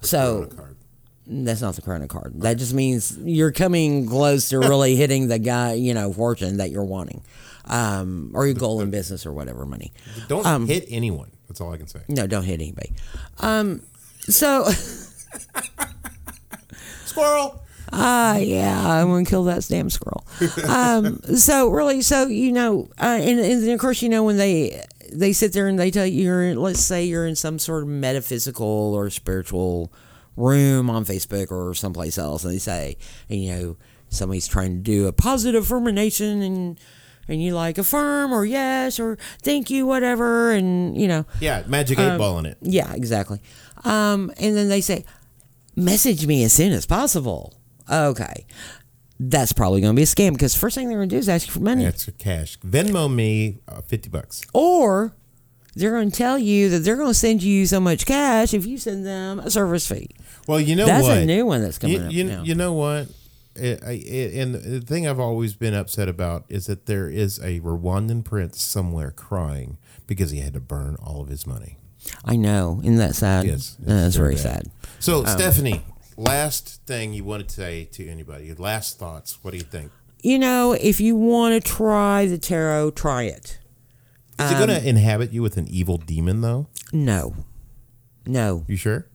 B: So
A: Corona card.
B: that's not the Corona card. That just means you're coming close to really hitting the guy, you know, fortune that you're wanting, um, or your goal in business or whatever money.
A: Don't
B: Um,
A: hit anyone. That's all I can say.
B: No, don't hit anybody. Um, so, *laughs*
A: Squirrel.
B: uh, yeah, I'm gonna kill that damn squirrel. Um, so really, so you know, uh, and, and then of course, you know, when they they sit there and they tell you, you're, let's say you're in some sort of metaphysical or spiritual room on Facebook or someplace else, and they say, and, you know, somebody's trying to do a positive affirmation and. And you like affirm or yes or thank you, whatever. And, you know,
A: Yeah, magic
B: Um,
A: eight ball in it.
B: yeah, exactly. Um, and then they say, message me as soon as possible. Okay. That's probably going to be a scam because first thing they're going to do is ask you for money.
A: That's cash. Venmo me uh, fifty bucks.
B: Or they're going to tell you that they're going to send you so much cash if you send them a service fee.
A: Well, you know
B: That's
A: Oh, what?
B: a new one that's coming
A: you,
B: up
A: you,
B: now.
A: you know what? I I- and the thing I've always been upset about is that there is a Rwandan prince somewhere crying because he had to burn all of his money.
B: I know. Isn't that sad?
A: Yes, it's
B: That's
A: very
B: very
A: bad.
B: sad. Um,
A: So, Stephanie, last thing you want to say to anybody, your last thoughts, what do you think?
B: You know, if you want to try the tarot, try it.
A: Is it
B: Um,
A: going to inhabit you with an evil demon, though?
B: No. No.
A: You sure?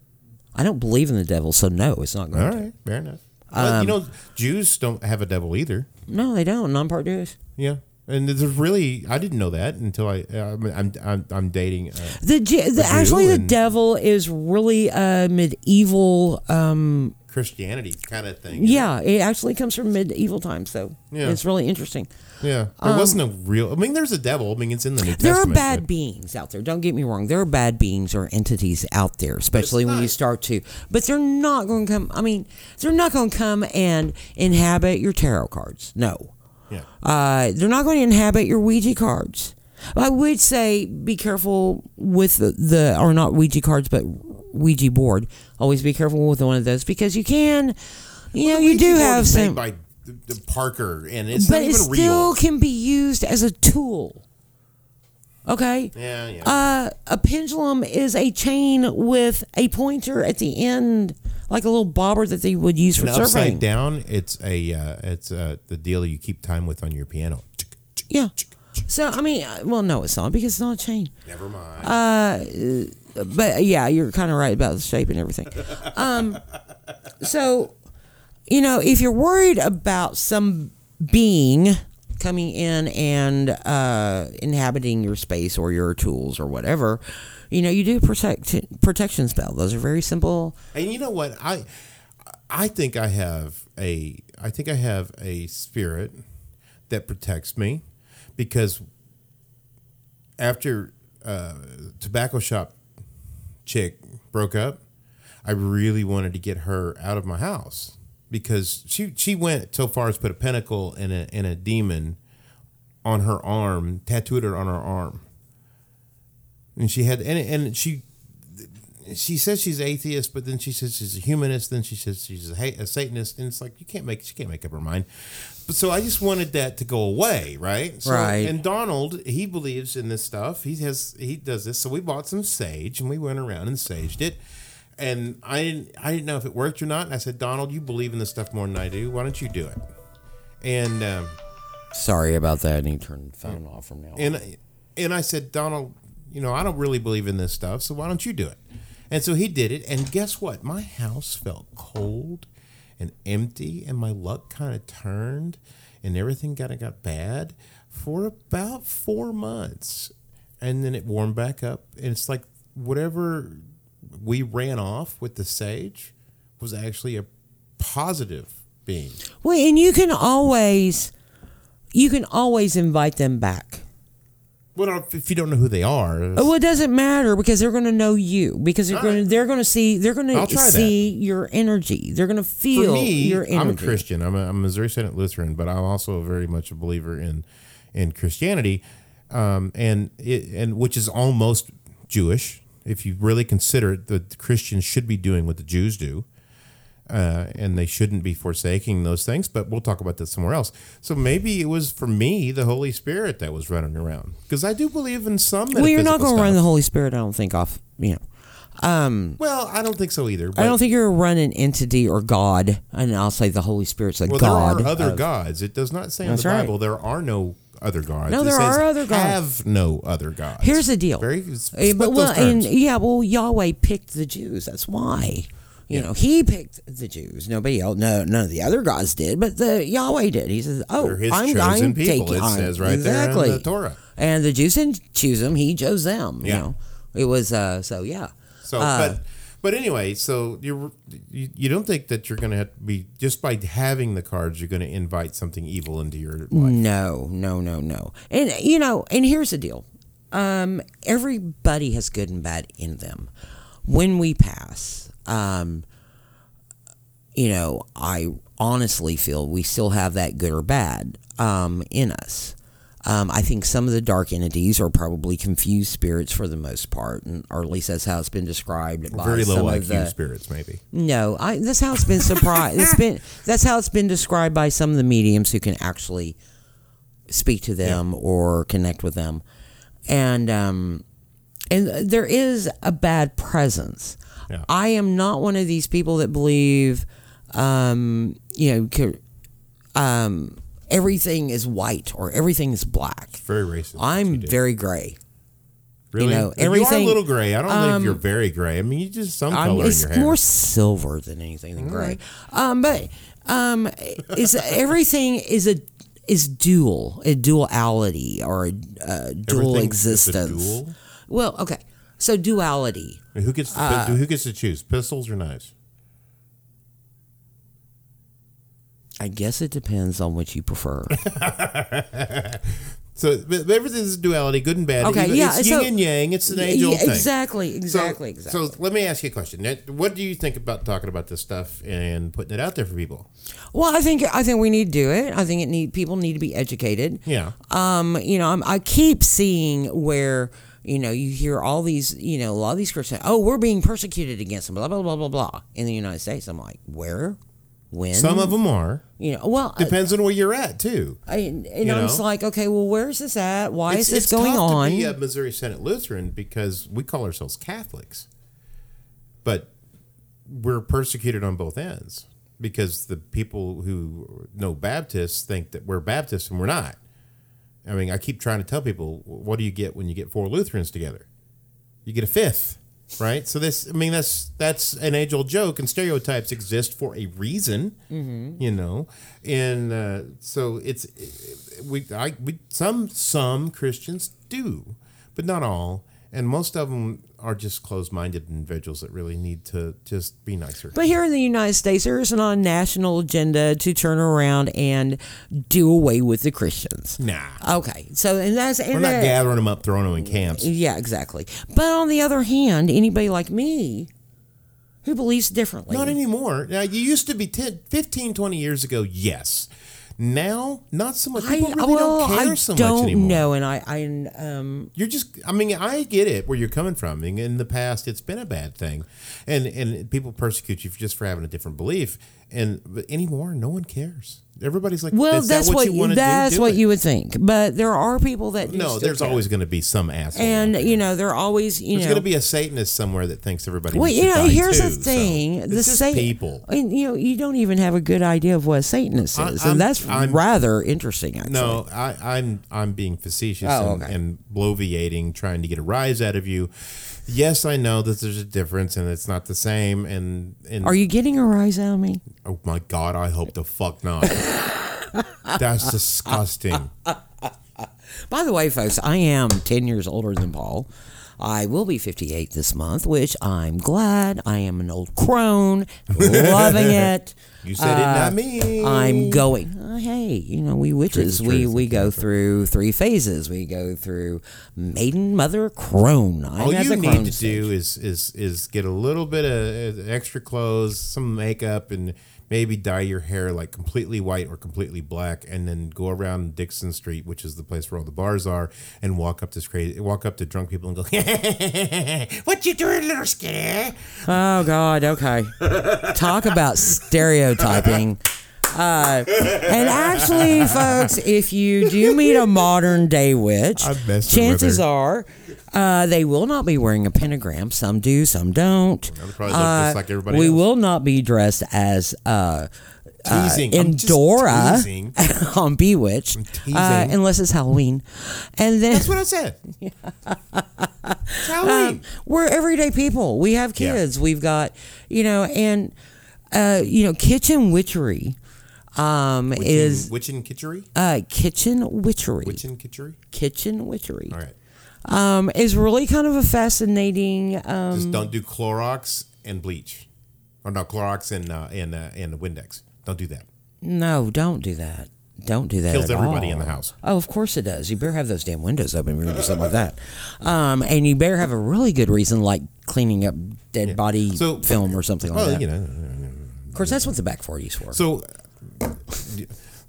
B: I don't believe in the devil, so no, it's not going
A: All
B: to.
A: right, fair enough. Well, you
B: Um,
A: know, Jews don't have a devil either.
B: No, they don't. Non part Jewish.
A: Yeah. And there's really, I didn't know that until I, uh, I'm, I'm, I'm dating. Uh,
B: The, je- the actually the
A: and-
B: devil is really a medieval. Um,
A: Christianity kind of thing.
B: yeah, it actually comes from medieval times, so
A: Yeah.
B: it's really interesting.
A: Yeah. There wasn't a real, I mean, there's a devil. I mean, it's in the New
B: um, There
A: Testament.
B: are bad beings out there. Don't get me wrong. There are bad beings or entities out there, especially when you
A: not-
B: start to. But they're not going to come. I mean, they're not going to come and inhabit your tarot cards. No,
A: but- yeah.
B: uh, they're not going to inhabit your Ouija cards. I would say be careful with the, the or not Ouija cards, but Ouija board. Always be careful with one of those because you can, you know, you
A: Ouija
B: do
A: board
B: have
A: is made
B: some,
A: by the- the Parker, and it's
B: but
A: not
B: it
A: even
B: still
A: real.
B: can be used as a tool. Okay.
A: Yeah, yeah.
B: Uh, a pendulum is a chain with a pointer at the end, like a little bobber that they would use for
A: And upside
B: surfing.
A: down, it's a uh, it's uh, the deal you keep time with on your piano.
B: Yeah. So I mean, uh, well, no, it's not because it's not a chain.
A: Never mind.
B: But uh, yeah, you're kind of right about the shape and everything. Um, so, you know, if you're worried about some being coming in and uh, inhabiting your space or your tools or whatever, you know, you do protect protection spell. Those are very simple.
A: and you know what? I I think I have a I think I have a spirit that protects me because after uh, tobacco shop chick broke up, I really wanted to get her out of my house because she she went so far as put a pentacle and a and a demon on her arm, tattooed her on her arm, and she had and and she she says she's atheist, but then she says she's a humanist. Then she says she's a, ha- a satanist, and it's like you can't make she can't make up her mind. But so I just wanted that to go away, right? So,
B: Right.
A: And Donald, he believes in this stuff. He has he does this. So we bought some sage and we went around and saged it. And I didn't I didn't know if it worked or not. And I said, Donald, you believe in this stuff more than I do. Why don't you do it? And um,
B: Sorry about that. I need to turn the phone off from now. on.
A: and and I said, Donald, you know, I don't really believe in this stuff, so why don't you do it? And so he did it, and guess what? My house felt cold and empty, and my luck kind of turned, and everything kind of got bad for about four months, and then it warmed back up, and it's like whatever we ran off with the sage was actually a positive being.
B: Well, and you can always, you can always invite them back.
A: Well, if you don't know who they are,
B: Well, it doesn't matter because they're going to know you because they're going to they're going to see they're going
A: I'll
B: to
A: try
B: see your energy. They're going to
A: for
B: feel
A: me,
B: your energy.
A: I'm a Christian. I'm a, I'm a Missouri Senate Lutheran, but I'm also very much a believer in in Christianity, um, and it, and which is almost Jewish. If you really consider it, the Christians should be doing what the Jews do, uh, and they shouldn't be forsaking those things. But we'll talk about that somewhere else. So maybe it was for me the Holy Spirit that was running around because I do believe in some.
B: Well, you're
A: metaphysical
B: not going to
A: stuff.
B: run the Holy Spirit. I don't think off. You know, Um,
A: Well, I don't think so either. But,
B: I don't think you're going to run an entity or God. And I'll say the Holy Spirit's a
A: Well,
B: God.
A: there are other
B: of-
A: gods. It does not say in
B: That's
A: the
B: right.
A: Bible there are no other gods.
B: No,
A: It
B: there
A: says,
B: are other gods.
A: Have no other gods.
B: Here's the deal.
A: Very. it's-
B: Eh,
A: split
B: but
A: those
B: well, and
A: terms.
B: yeah, well, Yahweh picked the Jews. That's why. You know, he picked the Jews. Nobody else. No, none of the other gods did, but the Yahweh did. He says, "Oh,
A: They're his
B: I'm,
A: chosen
B: I'm
A: people,
B: taking-
A: it
B: I'm-
A: says right there in
B: exactly.
A: the Torah.
B: And the Jews didn't choose him; he chose them.
A: Yeah.
B: You know, it was uh, so yeah.
A: so,
B: Uh,
A: but but anyway, so you're, you you don't think that you're going to have to be just by having the cards you're going to invite something evil into your
B: Mm,
A: life.
B: No, no, no, no. And you know, and here's the deal. Um, everybody has good and bad in them. When we pass, um, you know, I honestly feel we still have that good or bad um, in us. Um, I think some of the dark entities are probably confused spirits for the most part, and, or at least that's how it's been described. By
A: Very low
B: some
A: IQ
B: of the,
A: spirits, maybe.
B: no, I, that's how it's been surprised. it's been that's how it's been described by some of the mediums who can actually speak to them or connect with them, and um, and there is a bad presence.
A: Yeah.
B: I am not one of these people that believe, um, you know, c- um, everything is white or everything is black.
A: Very racist.
B: I'm very gray.
A: really.
B: know,
A: You are
B: everything- um,
A: a little gray. I don't think you're very gray. I mean, you just some
B: I'm,
A: color in
B: it's
A: your hair.
B: more silver than anything than gray. Um, but um, is everything is a is dual a duality or a, uh dual
A: Everything is a
B: existence?
A: dual?
B: Well, okay, so duality.
A: who gets to,
B: uh,
A: who gets to choose pistols or knives?
B: I guess it depends on which
A: *laughs*
B: you prefer.
A: So but everything is duality, good and bad.
B: Okay,
A: Even-
B: yeah,
A: It's
B: so-
A: yin and yang. It's an
B: Yeah,
A: age old thing.
B: exactly,
A: So-
B: exactly, exactly.
A: So let me ask you a question. Now, What do you think about talking about this stuff and putting it out there for people?
B: Well, I think I think we need to do it. I think it need people need to be educated.
A: Yeah.
B: Um, you know, I'm, I keep seeing where you know you hear all these you know a lot of these Christians. Oh, we're being persecuted against them. Blah blah blah blah blah in the United States. I'm like, where? when.
A: Some of them are.
B: you know, well, I-
A: Depends on where you're at, too.
B: I, and
A: You
B: I'm just
A: know?
B: like, okay, well, where's this at? Why
A: it's,
B: is this
A: it's
B: going
A: tough
B: on?
A: To be a Missouri Senate Lutheran because we call ourselves Catholics, but we're persecuted on both ends because the people who know Baptists think that we're Baptists and we're not. I mean, I keep trying to tell people, what do you get when you get four Lutherans together? You get a fifth, right? So this, I mean, that's that's an age-old joke, and stereotypes exist for a reason,
B: Mm-hmm.
A: you know. And uh, so it's we, I, we, some some Christians do, but not all, and most of them are just closed-minded individuals that really need to just be nicer.
B: But here in the United States, there isn't a national agenda to turn around and do away with the Christians.
A: nah,
B: Okay, so and that's and
A: we're not
B: that-
A: gathering them up, throwing them in camps.
B: yeah, exactly. But on the other hand, anybody like me who believes differently,
A: Not anymore. Now, you used to be 10, 15, 20 years ago, yes. Now, not so much. People really
B: well,
A: don't care
B: I
A: so
B: don't
A: much anymore.
B: know, and I, I um,
A: You're just, I mean, I get it where you're coming from. In, in the past, it's been a bad thing. And and people persecute you just for having a different belief. And but anymore, no one cares. Everybody's like,
B: well,
A: is
B: that's,
A: that what, you want to do?
B: that's
A: Do
B: what
A: it."
B: you would think. But there are people that do
A: No,
B: still
A: there's
B: care.
A: always going to be some asshole.
B: and
A: out there.
B: you know they're always you
A: there's
B: know
A: going to be a Satanist somewhere that thinks everybody.
B: Well,
A: needs to
B: you know,
A: die
B: here's
A: too,
B: the
A: so
B: thing:
A: it's
B: the
A: just
B: Satan,
A: people.
B: and you know, you don't even have a good idea of what Satanist
A: I-
B: is,
A: I'm-
B: and that's
A: I'm-
B: rather interesting. Actually,
A: No, I, I'm I'm being facetious
B: Oh,
A: and,
B: okay.
A: and bloviating, trying to get a rise out of you. Yes, I know that there's a difference and it's not the same. And and
B: are you getting a rise out of me?
A: oh my god, I hope the fuck
B: *laughs*
A: not. That's disgusting.
B: By the way, folks, I am ten years older than Paul. I will be 58 this month, which I'm glad. I am an old
A: *laughs*
B: crone, loving it.
A: You said it, not me.
B: I'm going. Uh, hey, you know we witches.
A: the
B: We
A: truth,
B: we go through three phases. We go through maiden, mother, crone. I'm
A: All
B: at
A: you
B: the
A: need
B: crone
A: to
B: stage.
A: do is is is get a little bit of uh, extra clothes, some makeup, and maybe dye your hair like completely white or completely black, and then go around Dixon Street, which is the place where all the bars are, and walk up this crazy, walk up to drunk people and go, *laughs* "What you doing, little skinny?"
B: Oh God. Okay. Talk about stereotyping. Uh, and actually, folks, if you do meet a modern day witch,
A: I'm messing with
B: chances
A: her.
B: are uh, they will not be wearing a pentagram. Some do, some don't. Uh,
A: They'll probably look just like everybody
B: we
A: else.
B: will not be dressed as uh,
A: Teasing. I'm
B: in
A: just
B: Dora
A: teasing.
B: *laughs* on Bewitch,
A: teasing.
B: uh, unless it's Halloween, and then
A: That's what I
B: *laughs*
A: said. It's
B: Um,
A: Halloween.
B: we're everyday people. We have
A: Yeah.
B: kids. We've got, you know, and uh, you know, kitchen witchery um is
A: witch and kitchery?
B: uh kitchen witchery.
A: Witch and kitchery?
B: kitchen witchery.
A: All right.
B: Um is really kind of a fascinating um
A: Just don't do Clorox and bleach, or no Clorox and uh, and uh, and Windex. Don't do that.
B: no, don't do that. Don't do that.
A: Kills
B: at
A: everybody
B: all.
A: in the house.
B: Oh, of course it does. You better have those damn windows open when you do something like that. Um, and you better have a really good reason, like cleaning up dead body
A: So-
B: film or something like
A: Well,
B: that.
A: you know.
B: Of course, that's what the back 40 is for.
A: So,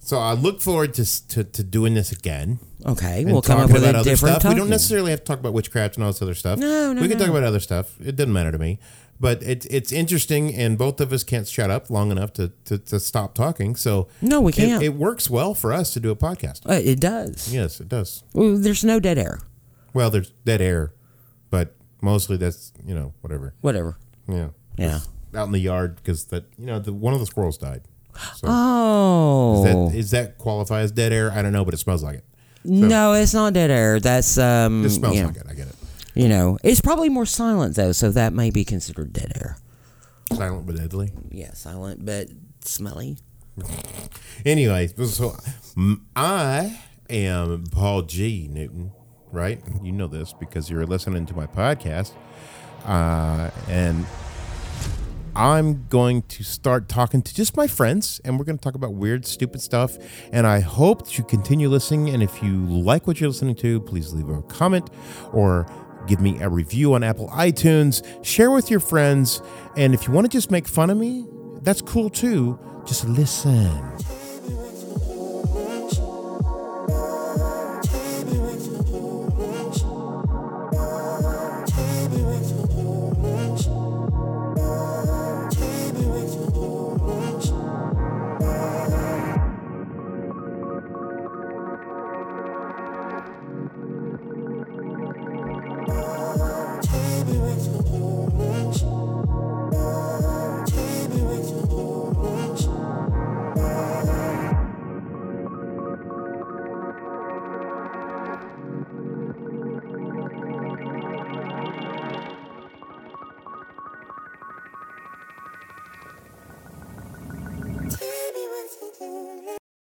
A: so I look forward to to, to doing this again.
B: okay,
A: and
B: we'll come up
A: talking
B: with a
A: about other
B: different
A: stuff. We don't
B: topic.
A: necessarily have to talk about witchcraft and all this other stuff.
B: No, no,
A: We can
B: no.
A: talk about other stuff. It doesn't matter to me. But it's it's interesting, and both of us can't shut up long enough to, to, to stop talking. So
B: No, we
A: it-
B: can't.
A: It, works well for us to do a podcast.
B: Uh, it does.
A: Yes, it does.
B: Well, there's no dead air.
A: Well, there's dead air, but mostly that's you know whatever.
B: Whatever.
A: Yeah.
B: Yeah.
A: Out in the yard because that you know the one of the squirrels died. So
B: Oh
A: that, is that qualify as dead air? I don't know, but it smells like it.
B: no, it's not dead air. That's um,
A: It smells
B: you know,
A: like it. I get it.
B: you know, it's probably more silent though, so that may be considered dead air.
A: Silent but deadly.
B: Yeah, silent but smelly.
A: Anyway, so mm, I am Paul G. Newton, right? You know this because you're listening to my podcast, uh, and I'm going to start talking to just my friends, and we're going to talk about weird, stupid stuff. And I hope that you continue listening. And if you like what you're listening to, please leave a comment or give me a review on Apple iTunes. Share with your friends. And if you want to just make fun of me, that's cool too. Just listen.